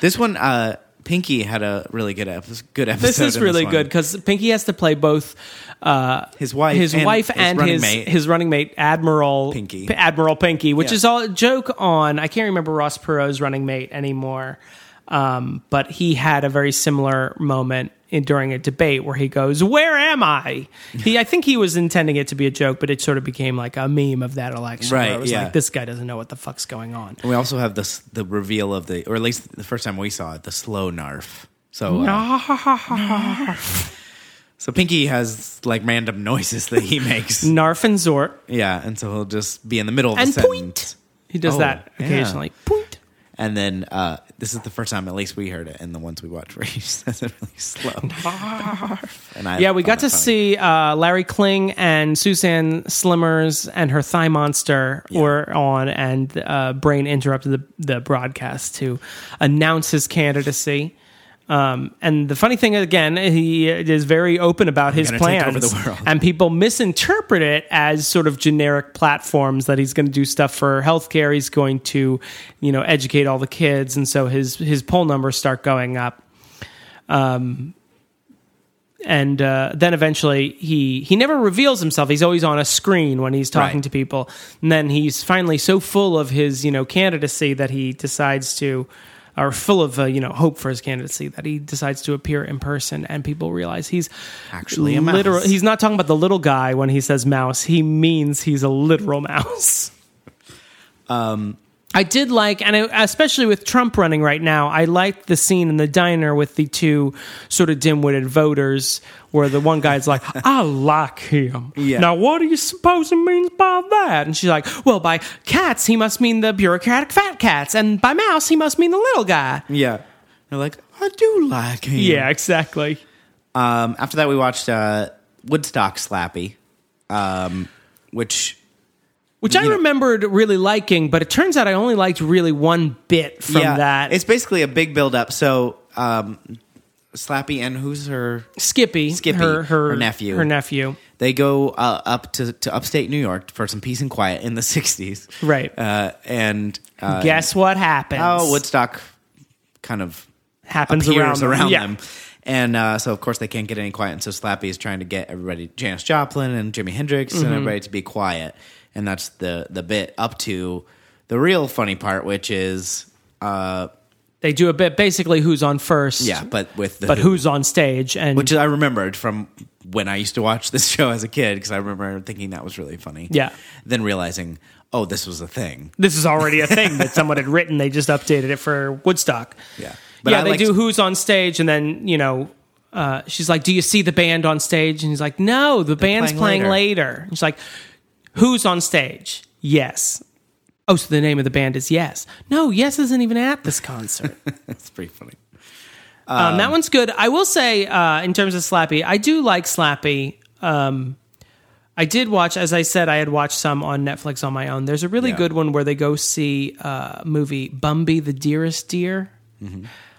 S2: this one, uh, Pinky had a really good episode. Good episode.
S1: This is
S2: in
S1: really
S2: one.
S1: good because Pinky has to play both uh,
S2: His wife,
S1: his
S2: and
S1: wife and
S2: running
S1: his
S2: mate.
S1: his running mate Admiral
S2: Pinky.
S1: P- Admiral Pinky, which
S2: Yeah.
S1: is all a joke on. I can't remember Ross Perot's running mate anymore, um, but he had a very similar moment in, during a debate where he goes, "Where am I?" He, I think he was intending it to be a joke, but it sort of became like a meme of that election. where
S2: Right,
S1: it was
S2: yeah.
S1: like this guy doesn't know what the fuck's going on.
S2: And we also have this the reveal of the, or at least the first time we saw it, the slow narf. So, uh, so Pinky has like random noises that he makes.
S1: Narf and Zort
S2: yeah, and so he'll just be in the middle of
S1: and
S2: the
S1: point.
S2: sentence.
S1: He does
S2: Oh,
S1: that
S2: yeah.
S1: occasionally. Point.
S2: And then uh, this is the first time, at least we heard it, and the ones we watched where he says it really slow. and I
S1: Yeah, we
S2: found
S1: got
S2: that
S1: to
S2: funny.
S1: see uh, Larry Kling and Suzanne Slimmers and her thigh monster were on, and uh, Brain interrupted the, the broadcast to announce his candidacy. Um, and the funny thing, again, he is very open about his
S2: gonna take
S1: plans,
S2: over the world.
S1: and people misinterpret it as sort of generic platforms that he's going to do stuff for healthcare. He's going to, you know, educate all the kids, and so his his poll numbers start going up and uh, then eventually he he never reveals himself. He's always on a screen when he's talking
S2: Right.
S1: to people, and then he's finally so full of his you know candidacy that he decides to, or full of uh, you know hope for his candidacy that he decides to appear in person, and people realize he's
S2: Actually a mouse.
S1: literal- He's not talking about the little guy when he says mouse. He means he's a literal mouse. I did like, and I, especially with Trump running right now, I liked the scene in the diner with the two sort of dim-witted voters, where the one guy's like, "I like him."
S2: Yeah.
S1: Now, what do you suppose he means by that? And she's like, "Well, by cats, he must mean the bureaucratic fat cats, and by mouse, he must mean the little guy."
S2: Yeah. They're like, I do like him.
S1: Yeah, exactly.
S2: Um, after that, we watched uh, Woodstock Slappy, um, which
S1: Which I
S2: You know-
S1: remembered really liking, but it turns out I only liked really one bit from that.
S2: it's basically a big build up. So um, Slappy and who's her?
S1: Skippy,
S2: Skippy,
S1: her, her
S2: her nephew.
S1: her nephew.
S2: They go uh, up to, to upstate New York for some peace and quiet in the '60s,
S1: Right.
S2: Uh, and uh,
S1: Guess what happens?
S2: how Woodstock kind of
S1: happens
S2: appears
S1: around,
S2: around,
S1: Yeah.
S2: them. And uh, so, of course, they can't get any quiet. And so Slappy is trying to get everybody, Janis Joplin and Jimi Hendrix,
S1: Mm-hmm.
S2: and everybody to be quiet. And that's the the bit up to the real funny part, which is uh,
S1: They do a bit basically who's on first.
S2: yeah, but with the
S1: But
S2: Who,
S1: who's on stage and
S2: which I remembered from when I used to watch this show as a kid because I remember thinking that was really funny.
S1: Yeah.
S2: then realizing, oh, this was a thing.
S1: this is already a thing that someone had written. They just updated it for Woodstock.
S2: Yeah,
S1: yeah,
S2: I
S1: they
S2: liked-
S1: do who's on stage and then, you know, uh, she's like, Do you see the band on stage? And he's like, No, the band's
S2: playing
S1: playing, later. And she's like, Who's on stage? Yes. Oh, so the name of the band is Yes. No, Yes isn't even at this concert.
S2: It's pretty funny.
S1: Um, that one's good. I will say, uh, in terms of Slappy, I do like Slappy. Um, I did watch, as I said, I had watched some on Netflix on my own. There's a really
S2: Yeah.
S1: good one where they go see uh, movie Bumby the Dearest Deer,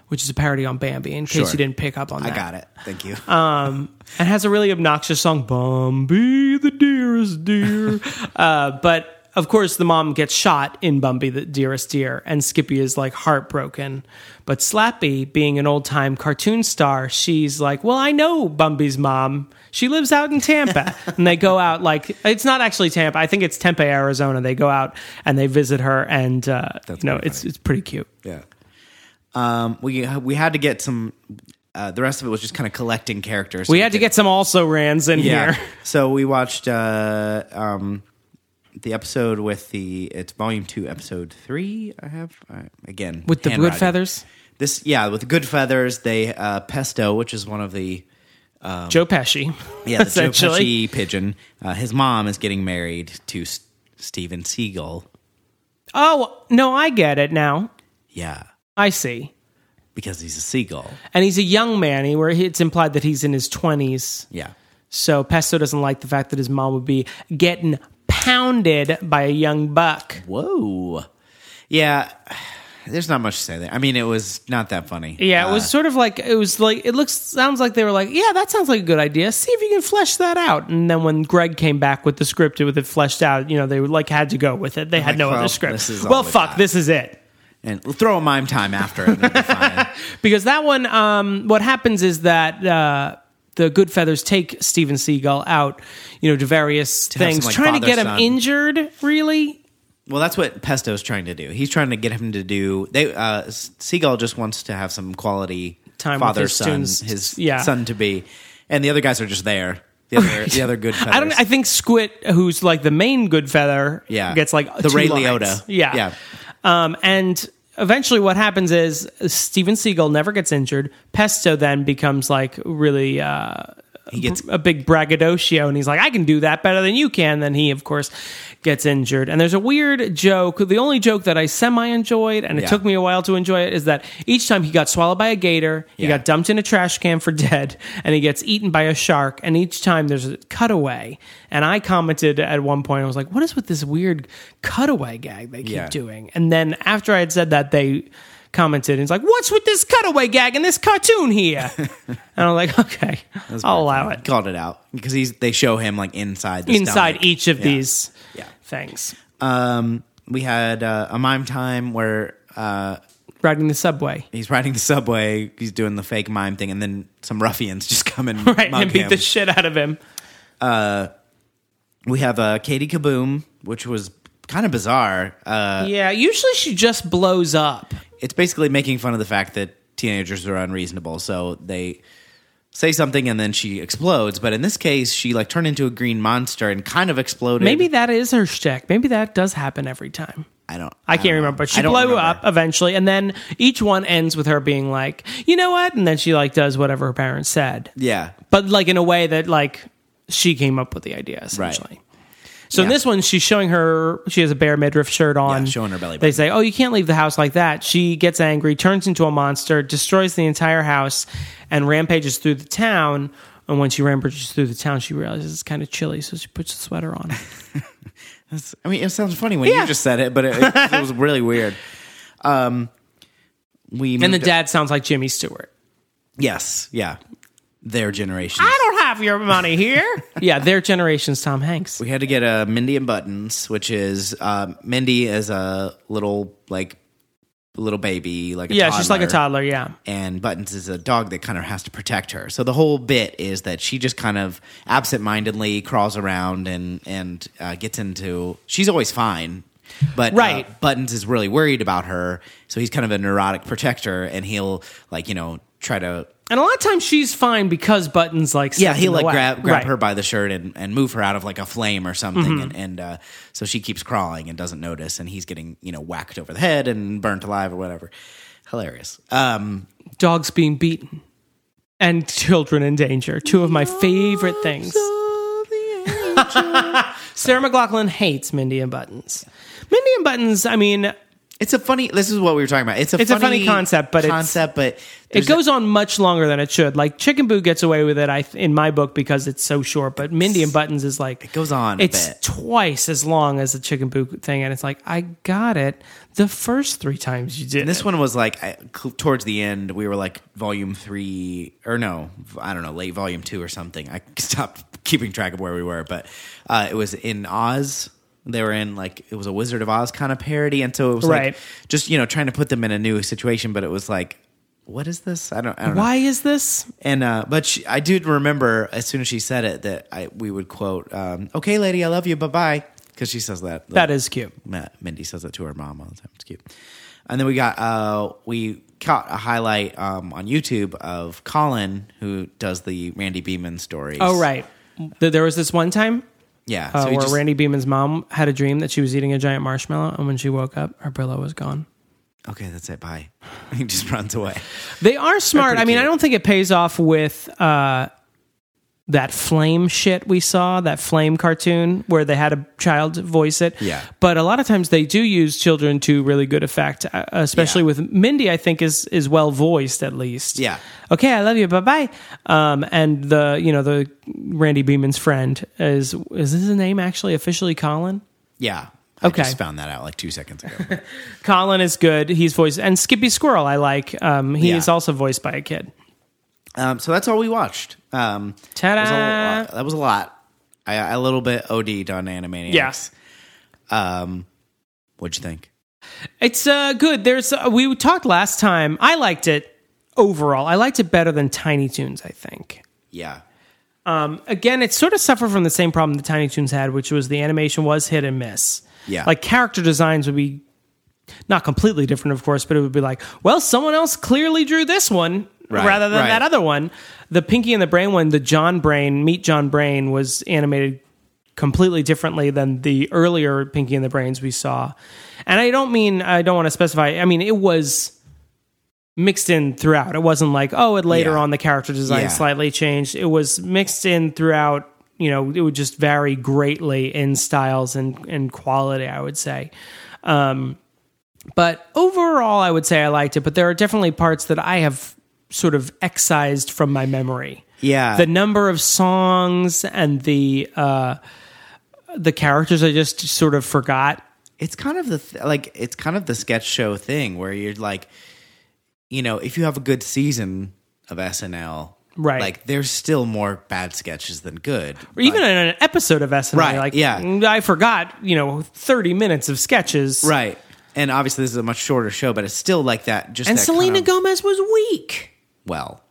S1: which is a parody on Bambi. In case
S2: Mm-hmm. Sure.
S1: you didn't pick up on that,
S2: I got it. Thank you.
S1: Uh, and has a really obnoxious song, Bumby the Dearest Deer. uh, but of course, the mom gets shot in Bumby the Dearest Deer, and Skippy is like heartbroken. But Slappy, being an old time cartoon star, she's like, Well, I know Bumby's mom. She lives out in Tampa. and they go out, like, it's not actually Tampa. I think it's Tempe, Arizona. They go out and they visit her, and, uh,
S2: That's
S1: you know,
S2: pretty
S1: it's, it's pretty cute.
S2: Yeah. Um, we we had to get some. Uh, the rest of it was just kind of collecting characters.
S1: We had to get some also rans in
S2: yeah.
S1: here.
S2: So we watched uh, um, the episode with the it's volume two, episode three. I have uh, again
S1: With the good
S2: handwriting.
S1: feathers,
S2: This yeah, with the good feathers. They uh, pesto, which is one of the
S1: Joe Pesci.
S2: yeah the Joe
S1: essentially.
S2: Pesci pigeon. Uh, his mom is getting married to S- Steven Seagal.
S1: Oh, no, I get it now.
S2: Yeah,
S1: I see.
S2: because he's a seagull.
S1: And he's a young man he- where he- it's implied that he's in his 20s.
S2: Yeah.
S1: So Pesto doesn't like the fact that his mom would be getting pounded by a young buck.
S2: Whoa. Yeah. There's not much to say there. I mean, it was not that funny.
S1: Yeah, it
S2: Uh,
S1: was sort of like it was like it looks sounds like they were like, yeah, that sounds like a good idea. See if you can flesh that out. And then when Greg came back with the script with it fleshed out, you know, they like had to go with it. They had
S2: like,
S1: no
S2: well,
S1: other script.
S2: this is all
S1: well,
S2: we
S1: fuck,
S2: got.
S1: this is it.
S2: and we'll throw a mime time after it. and it'll be fine.
S1: because that one um, what happens is that uh, the good feathers take steven seagal out you know to various
S2: have
S1: things
S2: some, like,
S1: trying to get him
S2: father-son.
S1: injured really
S2: well, that's what Pesto's trying to do. He's trying to get him to do. They uh, Seagull just wants to have some quality
S1: time with
S2: father,
S1: his
S2: son,
S1: students.
S2: his
S1: yeah.
S2: son to be, and the other guys are just there. The other, the other good.
S1: I don't. I think Squid, who's like the main good feather,
S2: Yeah.
S1: gets like
S2: The
S1: two
S2: Ray
S1: lines.
S2: Liotta.
S1: Yeah,
S2: Yeah.
S1: Um, and eventually, what happens is Steven Seagal never gets injured. Pesto then becomes like really uh,
S2: he gets
S1: a big braggadocio, and he's like, "I can do that better than you can." Then he, of course, gets injured. And there's a weird joke. The only joke that I semi enjoyed, and it
S2: Yeah.
S1: took me a while to enjoy it, is that each time he got swallowed by a gator, he
S2: Yeah.
S1: got dumped in a trash can for dead, and he gets eaten by a shark. And each time there's a cutaway. And I commented at one point, I was like, "What is with this weird cutaway gag they keep
S2: Yeah.
S1: doing?" And then after I had said that, they. Commented and it's like, what's with this cutaway gag in this cartoon here? and I'm like, okay, I'll allow it
S2: called it out because he's they show him like inside the
S1: inside
S2: stomach.
S1: each of
S2: Yeah.
S1: these
S2: Yeah.
S1: things.
S2: Um, we had uh, a mime time where uh,
S1: Riding the subway.
S2: he's riding the subway, he's doing the fake mime thing, and then some ruffians just come and
S1: Right,
S2: mug
S1: and beat
S2: him.
S1: the shit out of him.
S2: we have uh, Katie Kaboom, which was kind of bizarre. Uh,
S1: yeah, usually she just blows up.
S2: it's basically making fun of the fact that teenagers are unreasonable, so they say something and then she explodes. But in this case, she like turned into a green monster and kind of exploded.
S1: Maybe that is her shtick. Maybe that does happen every time.
S2: I don't.
S1: I can't
S2: don't know.
S1: remember, but
S2: I
S1: she
S2: don't
S1: blew
S2: remember.
S1: up eventually, and then each one ends with her being like, "You know what?" And then she like does whatever her parents said,
S2: Yeah,
S1: but like in a way that like she came up with the idea essentially. So in
S2: Yeah.
S1: this one, she's showing her she has a bare midriff shirt on,
S2: Yeah, showing her belly
S1: They
S2: button.
S1: say, "Oh, you can't leave the house like that." She gets angry, turns into a monster, destroys the entire house, and rampages through the town. And when she rampages through the town, she realizes it's kind of chilly, so she puts a sweater on.
S2: That's- I mean, it sounds funny when
S1: Yeah.
S2: you just said it, but it, it, was really weird. Um, we
S1: and the
S2: moved-
S1: dad sounds like Jimmy Stewart.
S2: yes, yeah, their generation.
S1: I don't have your money here. yeah, their generation's Tom Hanks.
S2: We had to get a Mindy and Buttons, which is uh, Mindy is a little like little baby, like a
S1: Yeah, she's like a
S2: toddler.
S1: toddler. Yeah,
S2: and Buttons is a dog that kind of has to protect her. So the whole bit is that she just kind of absentmindedly crawls around and and uh, gets into. She's always fine, but uh,
S1: Right.
S2: Buttons is really worried about her, so he's kind of a neurotic protector, and he'll like you know try to.
S1: and a lot of times she's fine because Buttons like
S2: Yeah,
S1: steps
S2: he'll
S1: in the
S2: like
S1: way.
S2: grab grab
S1: Right.
S2: her by the shirt and, and move her out of like a flame or something, and, and uh, so she keeps crawling and doesn't notice, and he's getting you know whacked over the head and burnt alive or whatever. Hilarious. Uh,
S1: dogs being beaten and children in danger. Two of my favorite things. Sarah McLaughlin hates Mindy and Buttons. Mindy and Buttons, I mean,
S2: It's a funny. This is what we were talking about. It's a
S1: It's a
S2: funny,
S1: funny concept, but it's-
S2: concept, but
S1: it goes on much longer than it should. Like Chicken Boo gets away with it, I th- in my book because it's so short. But Mindy and Buttons is like it
S2: goes on a
S1: It's
S2: bit.
S1: twice as long as the Chicken Boo thing, and it's like I got it the first three times you did.
S2: this
S1: it.
S2: one was like I, cl- towards the end. We were like volume three or no, I don't know, late volume two or something. I stopped keeping track of where we were, but uh, it was in Oz. They were in like it was a Wizard of Oz kind of parody, and so it was
S1: Right.
S2: like just you know trying to put them in a new situation. But it was like, what is this? I don't. I don't know.
S1: Why is this?
S2: And uh, but she, I did remember as soon as she said it that I we would quote, um, "Okay, lady, I love you, bye bye," because she says that.
S1: That is cute.
S2: Ma- Mindy says that to her mom all the time. It's cute. And then we got uh, we caught a highlight um, on YouTube of Colin who does the Randy Beeman stories.
S1: Oh right, Th- there was this one time
S2: yeah.
S1: uh,
S2: he
S1: where
S2: just-
S1: Randy Beeman's mom had a dream that she was eating a giant marshmallow, and when she woke up, her pillow was gone.
S2: okay, that's it. Bye. he just runs away.
S1: They are smart.
S2: pretty
S1: I mean, I
S2: cute.
S1: don't think it pays off with uh, that flame shit we saw, that flame cartoon where they had a child voice it.
S2: Yeah.
S1: But a lot of times they do use children to really good effect, uh, especially
S2: Yeah.
S1: with Mindy. I think is is well voiced at least.
S2: Yeah.
S1: Okay, I love you. Bye bye. Um, and the you know the Randy Beeman's friend is is his name actually officially Colin?
S2: Yeah.
S1: Okay.
S2: I just found that out like two seconds ago.
S1: Colin is good. He's voiced and Skippy Squirrel. I like. Um, he
S2: Yeah.
S1: is also voiced by a kid.
S2: Um, so that's all we watched. Um,
S1: Ta-da.
S2: that was a lot- That was a lot. I, I a little bit OD'd on Animaniacs.
S1: Yes.
S2: Um, what'd you think?
S1: It's uh, good. There's uh, we talked last time. I liked it overall. I liked it better than Tiny Toons. I think.
S2: Yeah.
S1: Again, it sort of suffered from the same problem the Tiny Toons had, which was the animation was hit and miss.
S2: Yeah.
S1: like character designs would be not completely different, of course, but it would be like, well, someone else clearly drew this one,
S2: Right,
S1: rather than
S2: right.
S1: that other one. The Pinky and the Brain one, the John Brain, Meet John Brain, was animated completely differently than the earlier Pinky and the Brains we saw. And I don't mean, I don't want to specify, I mean, it was mixed in throughout. It wasn't like, oh, it later
S2: Yeah.
S1: on the character design
S2: Yeah.
S1: slightly changed. It was mixed in throughout. You know, it would just vary greatly in styles and, and quality, I would say. Um, But overall, I would say I liked it, but there are definitely parts that I have sort of excised from my memory.
S2: Yeah.
S1: The number of songs and the uh, the characters I just sort of forgot.
S2: it's kind of the th- like it's kind of the sketch show thing where you're like you know if you have a good season of SNL
S1: Right.
S2: like there's still more bad sketches than good
S1: Or even in an episode of SNL,
S2: Right,
S1: like
S2: yeah.
S1: I forgot, you know, thirty minutes of sketches.
S2: right and obviously this is a much shorter show but it's still like that just
S1: And
S2: that
S1: Selena
S2: kind of-
S1: Gomez was weak.
S2: well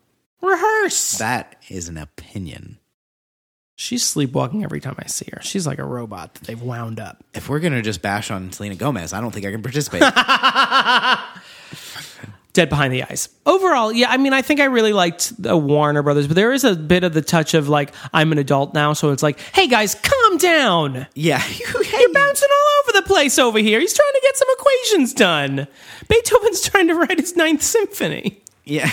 S1: Rehearse.
S2: that is an opinion
S1: She's sleepwalking every time I see her. She's like a robot that they've wound up.
S2: if we're gonna just bash on Selena Gomez I don't think I can participate
S1: Dead Behind the Eyes. Overall, yeah, I mean, I think I really liked the Warner Brothers, but there is a bit of the touch of like, I'm an adult now, so it's like, hey guys, calm down.
S2: yeah
S1: You're bouncing all over the place over here. He's trying to get some equations done. Beethoven's trying to write his ninth symphony.
S2: yeah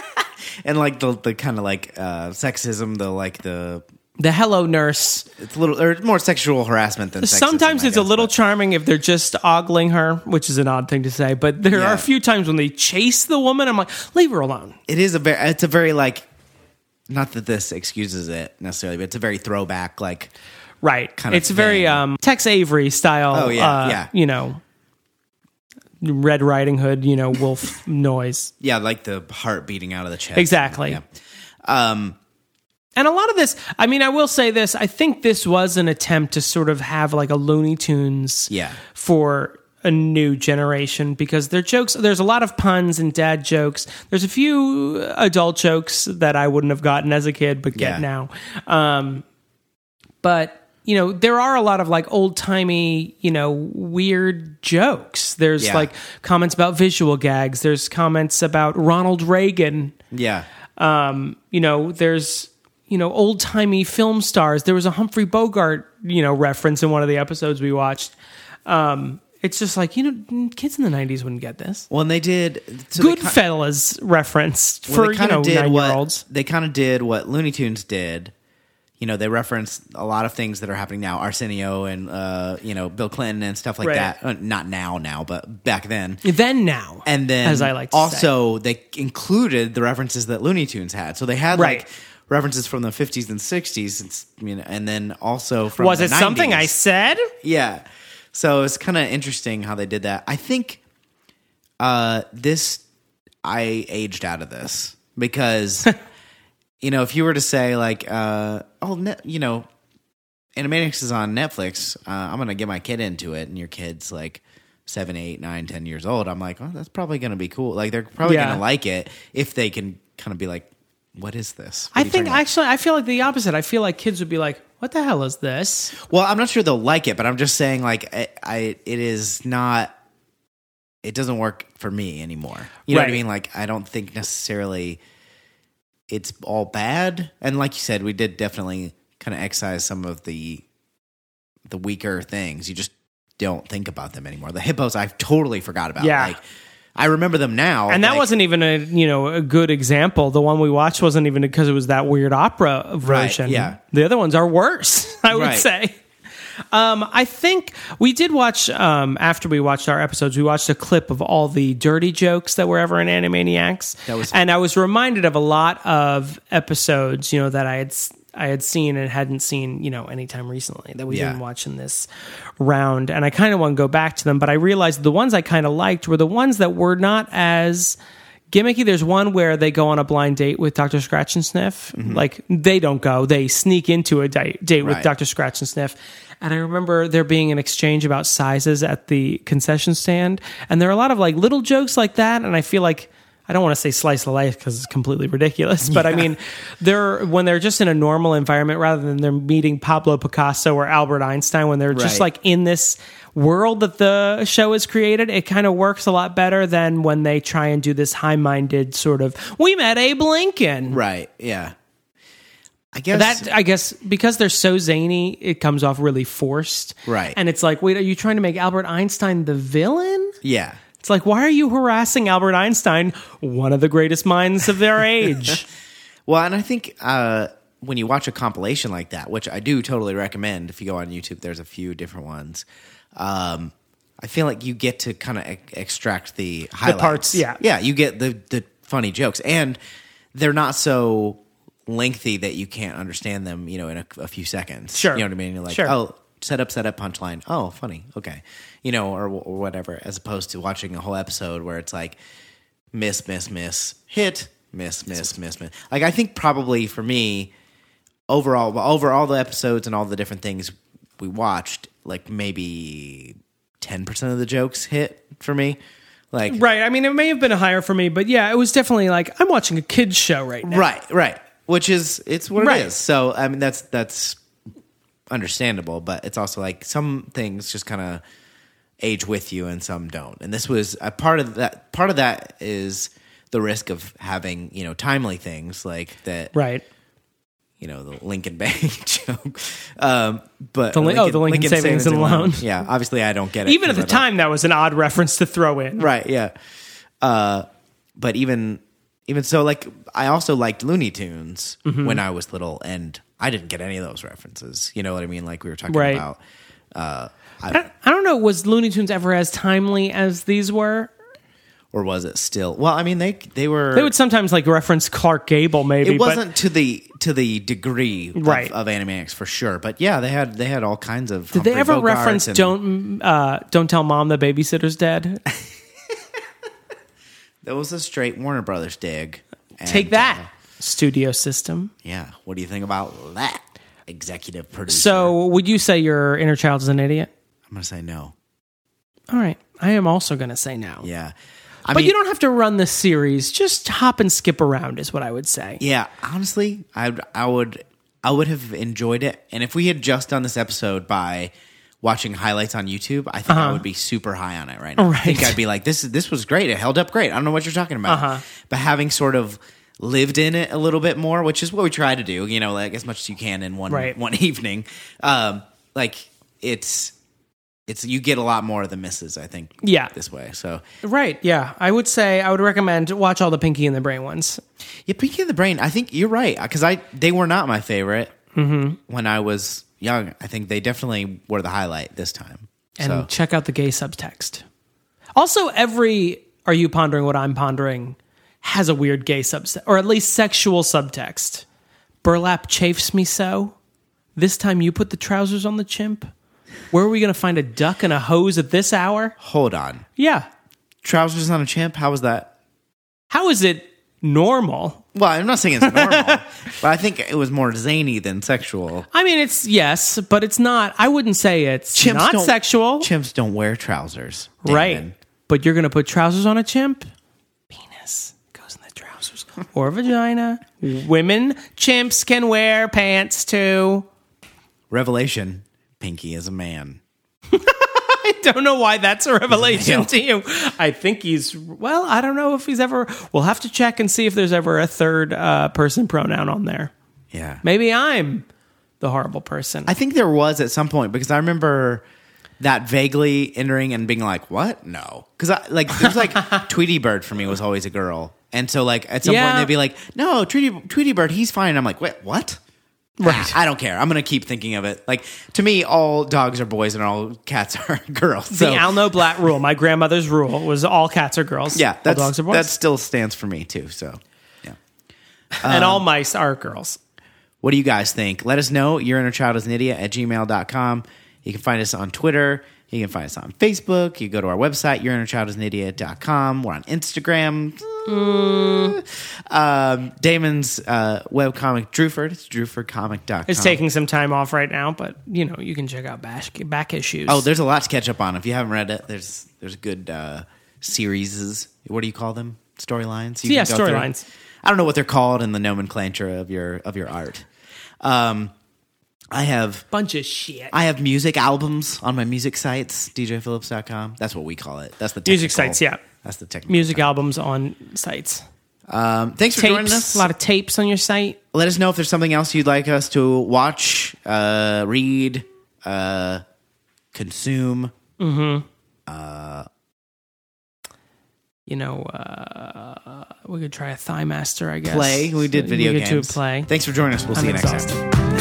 S2: and like the the kind of like uh sexism the like the
S1: The Hello Nurse.
S2: it's a little or more sexual harassment than sexism,
S1: Sometimes
S2: I
S1: it's a
S2: guess,
S1: little
S2: but-
S1: charming if they're just ogling her, which is an odd thing to say, but there
S2: Yeah.
S1: are a few times when they chase the woman. I'm like, leave her alone.
S2: it is a very it's a very like not that this excuses it necessarily but it's a very throwback like
S1: Right.
S2: of
S1: it's very
S2: thing.
S1: um, Tex Avery style.
S2: Oh, yeah,
S1: uh,
S2: yeah.
S1: You know, Red Riding Hood. You know, wolf noise.
S2: yeah like the heart beating out of the chest
S1: Exactly.
S2: yeah. Um,
S1: And a lot of this. I mean, I will say this. I think this was an attempt to sort of have like a Looney Tunes.
S2: Yeah.
S1: For a new generation because their jokes there's a lot of puns and dad jokes there's a few adult jokes that i wouldn't have gotten as a kid but get
S2: Yeah.
S1: now um but you know there are a lot of like old timey you know weird jokes there's
S2: Yeah.
S1: like comments about visual gags there's comments about ronald reagan
S2: yeah
S1: you know there's you know old timey film stars there was a humphrey bogart you know reference in one of the episodes we watched um it's just like you know kids in the 90s wouldn't get this
S2: well and they did so they ki-
S1: goodfellas reference
S2: well,
S1: for
S2: they
S1: you
S2: kinda
S1: know
S2: did
S1: nine
S2: what-
S1: year olds
S2: they kind of did what looney tunes did you know they reference a lot of things that are happening now arsenio and uh you know bill clinton and stuff like
S1: Right.
S2: that Uh, not now now but back then
S1: then now
S2: and then
S1: as i like to say.
S2: also they included the references that Looney Tunes had. So they had
S1: Right.
S2: like references from the 50s and 60s, and, you know, and then also from
S1: was
S2: the
S1: it something i
S2: 90s.
S1: said
S2: Yeah. So it's kind of interesting how they did that. I think uh, this I aged out of this because you know if you were to say like uh, oh ne- you know Animaniacs is on Netflix, uh, I'm gonna get my kid into it, and your kid's like seven, eight, nine, ten years old. I'm like, oh, that's probably gonna be cool. Like they're probably
S1: Yeah.
S2: gonna like it if they can kind of be like, what is this? What
S1: i
S2: are you
S1: think
S2: talking about?
S1: actually i feel like the opposite i feel like kids would be like what the hell is this
S2: Well, I'm not sure they'll like it, but I'm just saying like I, I it is not it doesn't work for me anymore. You know what
S1: Right.
S2: I mean? Like I don't think necessarily it's all bad. And like you said, we did definitely kind of excise some of the the weaker things. You just don't think about them anymore. The hippos I've totally forgot about.
S1: Yeah.
S2: Like I remember them now.
S1: and that
S2: like-
S1: wasn't even a you know a good example. The one we watched wasn't even because it was that weird opera version.
S2: yeah.
S1: the other ones are worse. I would
S2: Right.
S1: say. Um, I think we did watch um, after we watched our episodes. We watched a clip of all the dirty jokes that were ever in Animaniacs.
S2: That was-
S1: and I was reminded of a lot of episodes, you know, that I had s- I had seen and hadn't seen, you know, anytime recently that we
S2: Yeah.
S1: didn't watch in this round. And I kind of want to go back to them, but I realized the ones I kind of liked were the ones that were not as gimmicky. There's one where they go on a blind date with Dr. Scratch and Sniff. Like they don't go, they sneak into a di- date with
S2: Right.
S1: Dr. Scratch and Sniff. And I remember there being an exchange about sizes at the concession stand. And there are a lot of like little jokes like that. And I feel like I I don't want to say slice of life because it's completely ridiculous, but I mean, they're when they're just in a normal environment rather than they're meeting Pablo Picasso or Albert Einstein when they're just
S2: Right.
S1: like in this world that the show has created, it kind of works a lot better than when they try and do this high minded sort of we met Abe Lincoln.
S2: Right. Yeah. I guess
S1: That I guess because they're so zany, it comes off really forced.
S2: Right.
S1: And it's like, wait, are you trying to make Albert Einstein the villain?
S2: Yeah.
S1: It's like, why are you harassing Albert Einstein, one of the greatest minds of their age?
S2: Well, and I think uh, when you watch a compilation like that, which I do totally recommend, if you go on YouTube, there's a few different ones. Um, I feel like you get to kind of e- extract the highlights.
S1: parts, yeah.
S2: yeah. You get the the funny jokes, and they're not so lengthy that you can't understand them. You know, in a, a few seconds.
S1: Sure.
S2: You know what I mean? You're like,
S1: Sure.
S2: oh, set up, set up, punchline. Oh, funny. Okay. You know, or, wh- or whatever. As opposed to watching a whole episode where it's like, miss, miss, miss, hit, miss, miss, miss, miss. Like I think probably for me, overall, over all the episodes and all the different things we watched, like maybe ten percent of the jokes hit for me. Like
S1: right. I mean, it may have been higher for me, but yeah, it was definitely like I'm watching a kids show right now.
S2: right, right. Which is it's what
S1: Right.
S2: it is. So I mean that's that's understandable, but it's also like some things just kind of age with you and some don't. And this was a part of that. Part of that is the risk of having you know timely things like that.
S1: Right.
S2: you know the Lincoln Bank joke. Um, but the
S1: Lin- oh, the Lincoln Savings and Loan.
S2: Yeah, obviously I don't get it.
S1: Even at the
S2: 'cause I don't-
S1: time, that was an odd reference to throw in.
S2: right? Yeah. Uh, but even even so, like I also liked Looney Tunes
S1: Mm-hmm.
S2: when I was little, and I didn't get any of those references. You know what I mean? Like we were talking
S1: Right.
S2: about. Uh, I,
S1: I, I don't know. Was Looney Tunes ever as timely as these were?
S2: or was it still? Well, I mean they they were.
S1: They would sometimes like reference Clark Gable, maybe.
S2: it wasn't to the to the degree of-
S1: Right.
S2: of, Animaniacs for sure, but yeah, they had they had all kinds of.
S1: But did they ever reference "Don't uh, Don't Tell Mom the Babysitter's Dead"?
S2: That was a straight Warner Brothers dig. And,
S1: Take that,
S2: uh,
S1: studio system.
S2: yeah. What do you think about that, executive producer?
S1: So, would you say your inner child is an idiot?
S2: I'm gonna say no.
S1: All right, I am also going to say no.
S2: Yeah, I
S1: but
S2: mean,
S1: you don't have to run this series. Just hop and skip around is what I would say.
S2: Yeah, honestly, I I would I would have enjoyed it, and if we had just done this episode by watching highlights on YouTube, I think I would be super high on it right
S1: Uh-huh.
S2: now. I think
S1: Right. Uh-huh.
S2: I'd be like, this is this was great. It held up great. I don't know what you're talking about, but having sort of lived in it a little bit more, which is what we try to do, you know, like as much as you can in one
S1: Right.
S2: one evening. Um, like it's it's you get a lot more of the misses, I think.
S1: Yeah.
S2: this way. So
S1: Right. Yeah. I would say I would recommend watch all the Pinky and the Brain ones.
S2: Yeah, Pinky and the Brain. I think you're right because I they were not my favorite
S1: Mm-hmm.
S2: when I was young. I think they definitely were the highlight this time.
S1: and
S2: so
S1: check out the gay subtext. Also, every Are You Pondering What I'm Pondering has a weird gay subtext, or at least sexual subtext. Burlap chafes me so. This time you put the trousers on the chimp. Where are we going to find a duck and a hose at this hour?
S2: hold on,
S1: Yeah.
S2: trousers on a chimp. How was that?
S1: How is it normal?
S2: Well, I'm not saying it's normal, but I think it was more zany than sexual.
S1: I mean, it's yes, but it's not. I wouldn't say it's not
S2: don't-
S1: sexual,
S2: Chimps don't wear trousers,
S1: right?
S2: Damon.
S1: But you're going to put trousers on a chimp. Penis goes in the trousers or vagina. Women chimps can wear pants too.
S2: Revelation: Pinky is a man.
S1: I don't know why that's a revelation to you. I think he's well. I don't know if he's ever. We'll have to check and see if there's ever a third uh, person pronoun on there.
S2: Yeah,
S1: Maybe I'm the horrible person.
S2: I think there was at some point because I remember that vaguely entering and being like, "What? No," because I like there's like Tweety Bird for me was always a girl, and so like at some
S1: Yeah.
S2: point they'd be like, "No, Tweety Tweety Bird, he's fine." I'm like, "Wait, what?" Right. I don't care. I'm gonna keep thinking of it. Like to me, all dogs are boys and all cats are girls. So
S1: the Alno Blatt rule, my grandmother's rule, was all cats are girls.
S2: yeah,
S1: all
S2: that's,
S1: dogs are boys,
S2: that still stands for me too. So yeah.
S1: and all mice are girls.
S2: What do you guys think? Let us know. Your inner child is an idiot at gmail.com. You can find us on Twitter. You can find us on Facebook. You go to our website, yourinnerchildisanidiot.com. We're on Instagram.
S1: Mm.
S2: Um, Damon's uh, webcomic, Drewford. It's drewfordcomic.com.
S1: It's taking some time off right now, but you know you can check out back back issues.
S2: oh, there's a lot to catch up on. If you haven't read it, there's there's good uh, series. What do you call them? storylines.
S1: Yeah,
S2: can go through.
S1: storylines.
S2: I don't know what they're called in the nomenclature of your of your art. Um, I have
S1: Bunch of shit.
S2: I have music albums on my music sites, djphillips.com. That's what we call it. That's the technical,
S1: Music sites, yeah.
S2: That's the technical.
S1: Music albums on sites.
S2: Um, thanks for joining
S1: Tapes.
S2: us.
S1: A lot of tapes on your site.
S2: Let us know if there's something else you'd like us to watch, uh, read, uh, consume.
S1: You know, uh, we could try a Thighmaster, I guess.
S2: play. We did video
S1: we could
S2: games.
S1: Do a play.
S2: Thanks for joining us. We'll see
S1: I'm
S2: you next time.
S1: exhausted.